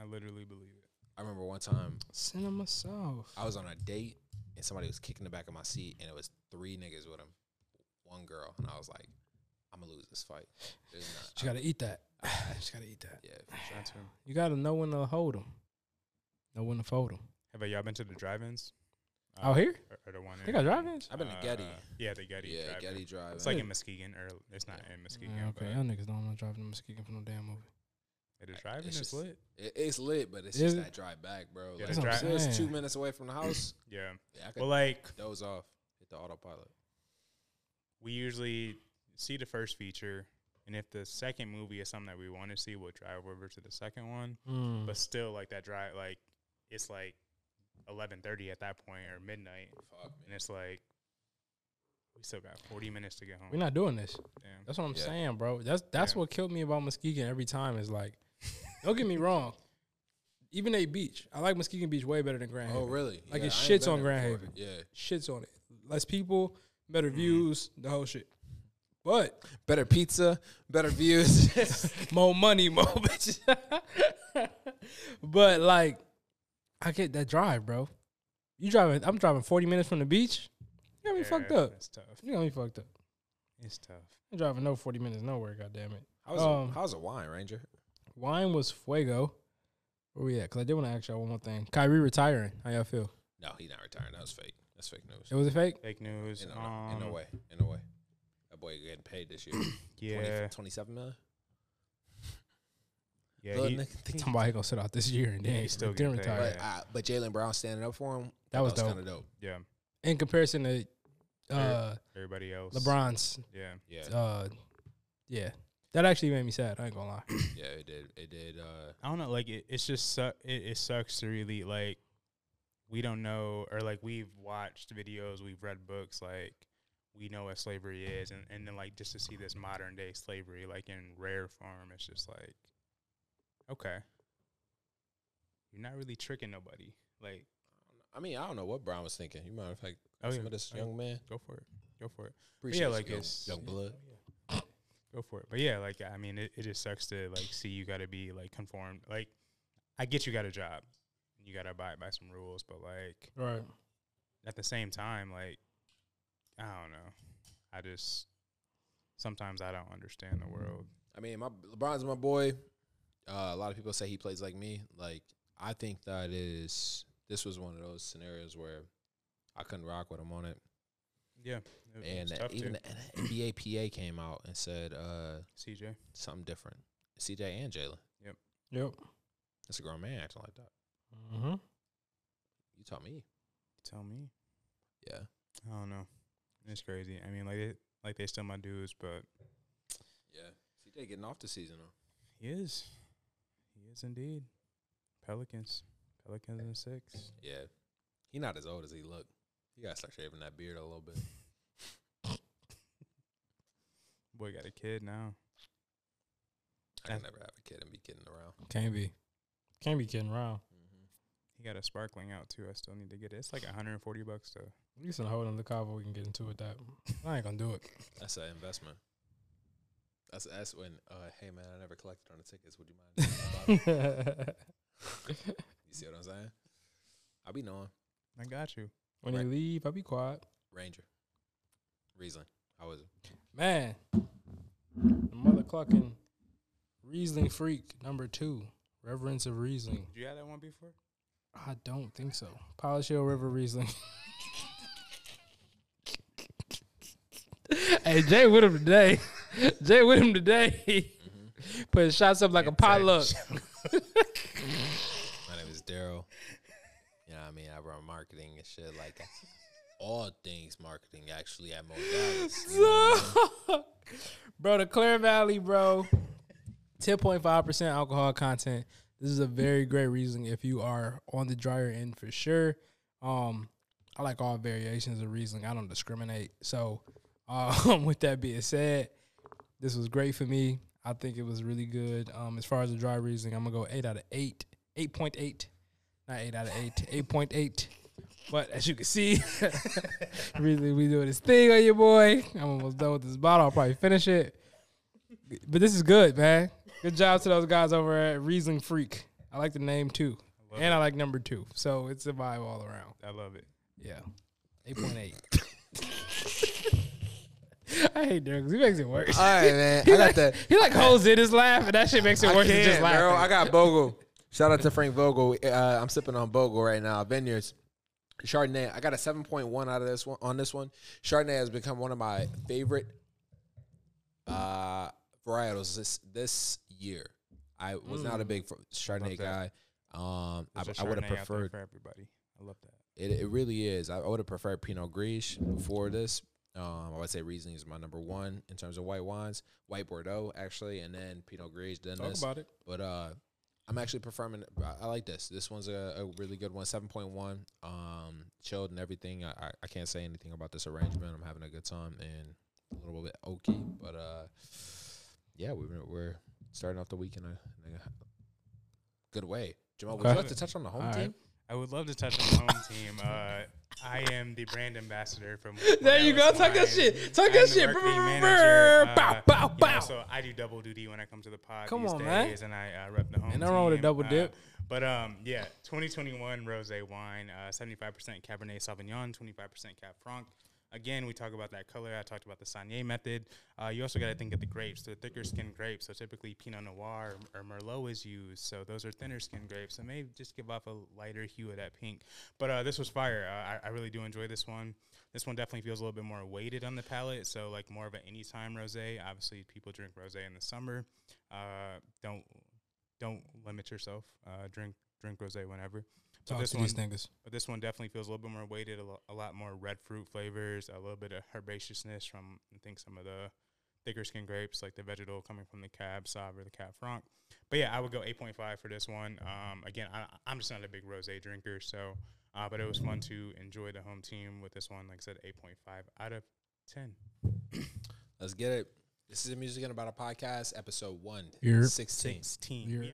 C: I literally believe it.
F: I remember one time
B: Cinema South.
F: I was on a date and somebody was kicking the back of my seat and it was three niggas with him, one girl, and I was like, I'm gonna lose this fight. There's not-
B: She gotta eat that. She gotta eat that.
F: yeah, for sure.
C: That's him.
B: You gotta know when to hold them. Know when to fold them.
C: Have uh, y'all been to the drive-ins? Uh,
B: Out Oh, here?
C: or, or the one?
B: They
C: in,
B: got drive-ins?
F: I've been to Getty.
C: uh, yeah, the Getty.
F: yeah,
C: drive-in.
F: Getty Drive.
C: It's like in Muskegon, or it's not in Muskegon.
B: Yeah, Oh, okay, y'all
C: but
B: niggas don't want to drive to Muskegon for no damn movie.
C: the drive-in
F: It's
C: is
F: just-
C: lit.
F: It, it's lit, but it's
B: Is
F: just
B: it?
F: that drive back, bro.
C: Yeah,
F: like,
C: the
F: if
C: drive-
F: it was two
B: Man.
F: minutes away from the house.
C: Yeah.
F: Yeah, I could
C: Well, like
F: doze off, hit the autopilot.
C: we usually see the first feature, and if the second movie is something that we want to see, we'll drive over to the second one.
B: Mm.
C: but still like that drive like it's like 11.30 at that point or midnight and it's like we still got 40 minutes to get home
B: We're not doing this.
C: Damn.
B: That's what I'm
F: Yeah.
B: saying, bro. That's that's
C: Yeah.
B: what killed me about Muskegon every time. Is like, don't get me wrong. Even a beach, I like Muskegon Beach way better than Grand.
F: Oh,
B: Haven.
F: really?
B: Like,
F: Yeah,
B: it
F: I ain't
B: shits
F: been
B: on
F: there
B: Grand
F: before.
B: Haven.
F: Yeah,
B: Shits on it. Less people, better
F: Mm-hmm.
B: views, the whole shit. But
F: better pizza, better views.
B: more money, more bitches. but like, I get that drive, bro. You driving? I'm driving 40 minutes from the beach. You got me fucked up.
C: It's tough.
B: You got me fucked up.
C: It's tough.
B: I'm driving no 40 minutes nowhere. God damn it.
F: How's
B: Um,
F: a, how's a wine ranger?
B: Wine was fuego. Where we at? Because I did want to ask y'all one more thing. Kyrie retiring. How y'all feel?
F: No, he's not retiring. That was fake. That's fake news.
B: It was a fake.
C: Fake news.
F: In a,
C: um,
F: in a way, in a way, that boy getting paid this year.
C: Yeah.
F: 20, 27 million.
C: Yeah.
F: Little
C: he-
F: nigga think-
B: Somebody gonna sit out this year and then
C: Yeah, he's still
B: then
C: getting paid.
B: retire.
F: But, uh, but Jalen Brown standing up for him.
B: That was
F: kind of dope.
C: yeah.
B: In comparison to uh,
C: Everybody else.
B: LeBron's,
C: Yeah.
F: Yeah,
B: uh, yeah, that actually made me sad. I ain't gonna lie.
F: yeah, it did. It did. Uh,
C: I don't know. Like it, it's just su- it, it sucks to really like we don't know or like we've watched videos, we've read books, like we know what slavery is, and and then like just to see this modern day slavery like in rare form, it's just like okay, you're not really tricking nobody. Like
F: I mean, I don't know what Brown was thinking. You matter of fact,
C: Oh,
F: some
C: yeah.
F: of this
C: Oh, yeah.
F: young man.
C: go for it, go for it. But
F: Appreciate
C: yeah,
F: you,
C: like
F: young-
C: it's
F: young blood.
C: go for it. But yeah, like I mean, it, it just sucks to like see you got to be like conformed. Like I get you got a job, you got to abide by some rules, but like
B: Right.
C: at the same time, like I don't know. I just sometimes I don't understand the world.
F: I mean, my LeBron's my boy. Uh, a lot of people say he plays like me. Like I think that is this was one of those scenarios where I couldn't rock with him on it.
C: Yeah, it-
F: And
C: it's
F: that
C: tough
F: even
C: to.
F: the NBA PA came out and said uh,
C: CJ.
F: something different. CJ and Jalen.
B: Yep.
F: That's a grown man acting like that.
B: Mm-hmm.
F: You taught me.
C: Tell me.
F: Yeah.
C: I don't know. It's crazy. I mean, like it, like they still my dudes, but
F: Yeah. CJ getting off the season though.
C: he is, he is indeed. Pelicans, Pelicans in six.
F: Yeah. He not as old as he look. You gotta start shaving that beard a little bit.
C: Boy got a kid now.
F: I can
C: That's-
F: never have a kid and be kidding around.
B: Can't be. Can't be kidding around.
C: He got a sparkling out too. I still need to get it. It's like 140 bucks though.
B: At least in hold on the convo we can get into with that. I ain't gonna do it.
F: That's an investment. That's that's when uh, hey man, I never collected on the tickets. Would you mind? doing my bottle? you see what I'm saying? I be knowing
C: I got you.
B: when
F: Right.
B: you leave, I'll be quiet.
F: Ranger, Riesling. How was it?
B: Man, the mother clucking Riesling freak number two, Reverence of Riesling.
C: Did you have that one before?
B: I don't think so. Polish Hill River Riesling. hey, Jay with him today. Jay with him today. Putting shots up like a potluck.
F: My name is Daryl. You know what I mean? I run marketing and shit like all things marketing actually at Mo Dallas. You know what I mean?
B: bro, the Clear Valley, bro. 10.5% alcohol content. This is a very great reason if you are on the drier end for sure. Um, I like all variations of reasoning. I don't discriminate. So, um, with that being said, this was great for me. I think it was really good. Um, as far as the dry reasoning, I'm gonna go eight out of eight, eight point eight, not eight out of eight, eight point eight. But as you can see, really we doing this thing on your boy. I'm almost done with this bottle. I'll probably finish it. But this is good, man. Good job to those guys over at Riesling Freak. I like the name too,
C: love
B: and I like number two. So it's a vibe all around.
C: I love it.
B: Yeah. 8.8. I hate Derek 'cause he makes it worse.
F: All right, man.
B: He like, he like holds in his laugh, and that shit makes it worse than just laughing.
F: Bro, I got Bogle. Shout out to Frank Vogel. Uh, I'm sipping on Bogle right now. Vineyards Chardonnay. I got a 7.1 out of this one. On this one, Chardonnay has become one of my favorite uh, varietals this this year. I was not a big fr- Chardonnay
C: Mm. Love that.
F: guy. Um, I,
C: There's a
F: I would have
C: Chardonnay out there
F: preferred.
C: for everybody. I love that.
F: It, it really is. I would have preferred Pinot Gris before this. Um, I would say Riesling is my number one in terms of white wines. White Bordeaux actually, and then Pinot Gris. Then
B: Talk
F: this.
B: about it.
F: But uh, I'm actually performing. I, I like this. This one's a, a really good one. Seven point one. Um, chilled and everything. I, I I can't say anything about this arrangement. I'm having a good time and a little bit oaky, but uh, yeah, we we're, we're starting off the week in a, in a good way. Jamal, would
B: Okay.
F: you like to touch on the home
B: All
F: team?
B: right.
C: I would love to touch on the home team. Uh, I am the brand ambassador from.
B: There you go.
C: Morales
B: Talk that
C: Wine.
B: shit. Talk
C: I'm
B: that
C: the
B: shit.
C: marketing
B: Brr,
C: manager.
B: brr, bow,
C: Uh,
B: bow,
C: you know,
B: bow.
C: So I do double duty when I come to the pod.
B: Come
C: these
B: on, man.
C: days, And I uh, rep the home.
B: Ain't nothing wrong with a
C: team.
B: double
C: Uh,
B: dip.
C: But um, yeah, 2021 rosé wine, uh, 75% Cabernet Sauvignon, 25% Cab Franc. Again, we talk about that color. I talked about the Sanier method. Uh, you also got to think of the grapes, the thicker skinned grapes. So typically Pinot Noir or, or Merlot is used. So those are thinner skinned grapes. So maybe just give off a lighter hue of that pink. But uh, this was fire. Uh, I, I really do enjoy this one. This one definitely feels a little bit more weighted on the palate. So like more of an anytime rosé. Obviously, people drink rosé in the summer. Uh, don't don't limit yourself. Uh, drink drink rosé whenever. But
B: Talk
C: this
B: to
C: one,
B: these niggas.
C: but this one definitely feels a little bit more weighted, a, lo- a lot more red fruit flavors, a little bit of herbaceousness from I think some of the thicker skin grapes, like the vegetal coming from the Cab Sauv or the Cab Franc. But yeah, I would go 8.5 for this one. Um, again, I, I'm just not a big rosé drinker, so uh, but it was fun to enjoy the home team with this one. Like I said, 8.5 out of 10.
F: Let's get it. This is a music and about a podcast, episode one.
B: You're
F: 16.
C: 16.
B: You're-
C: Yeah.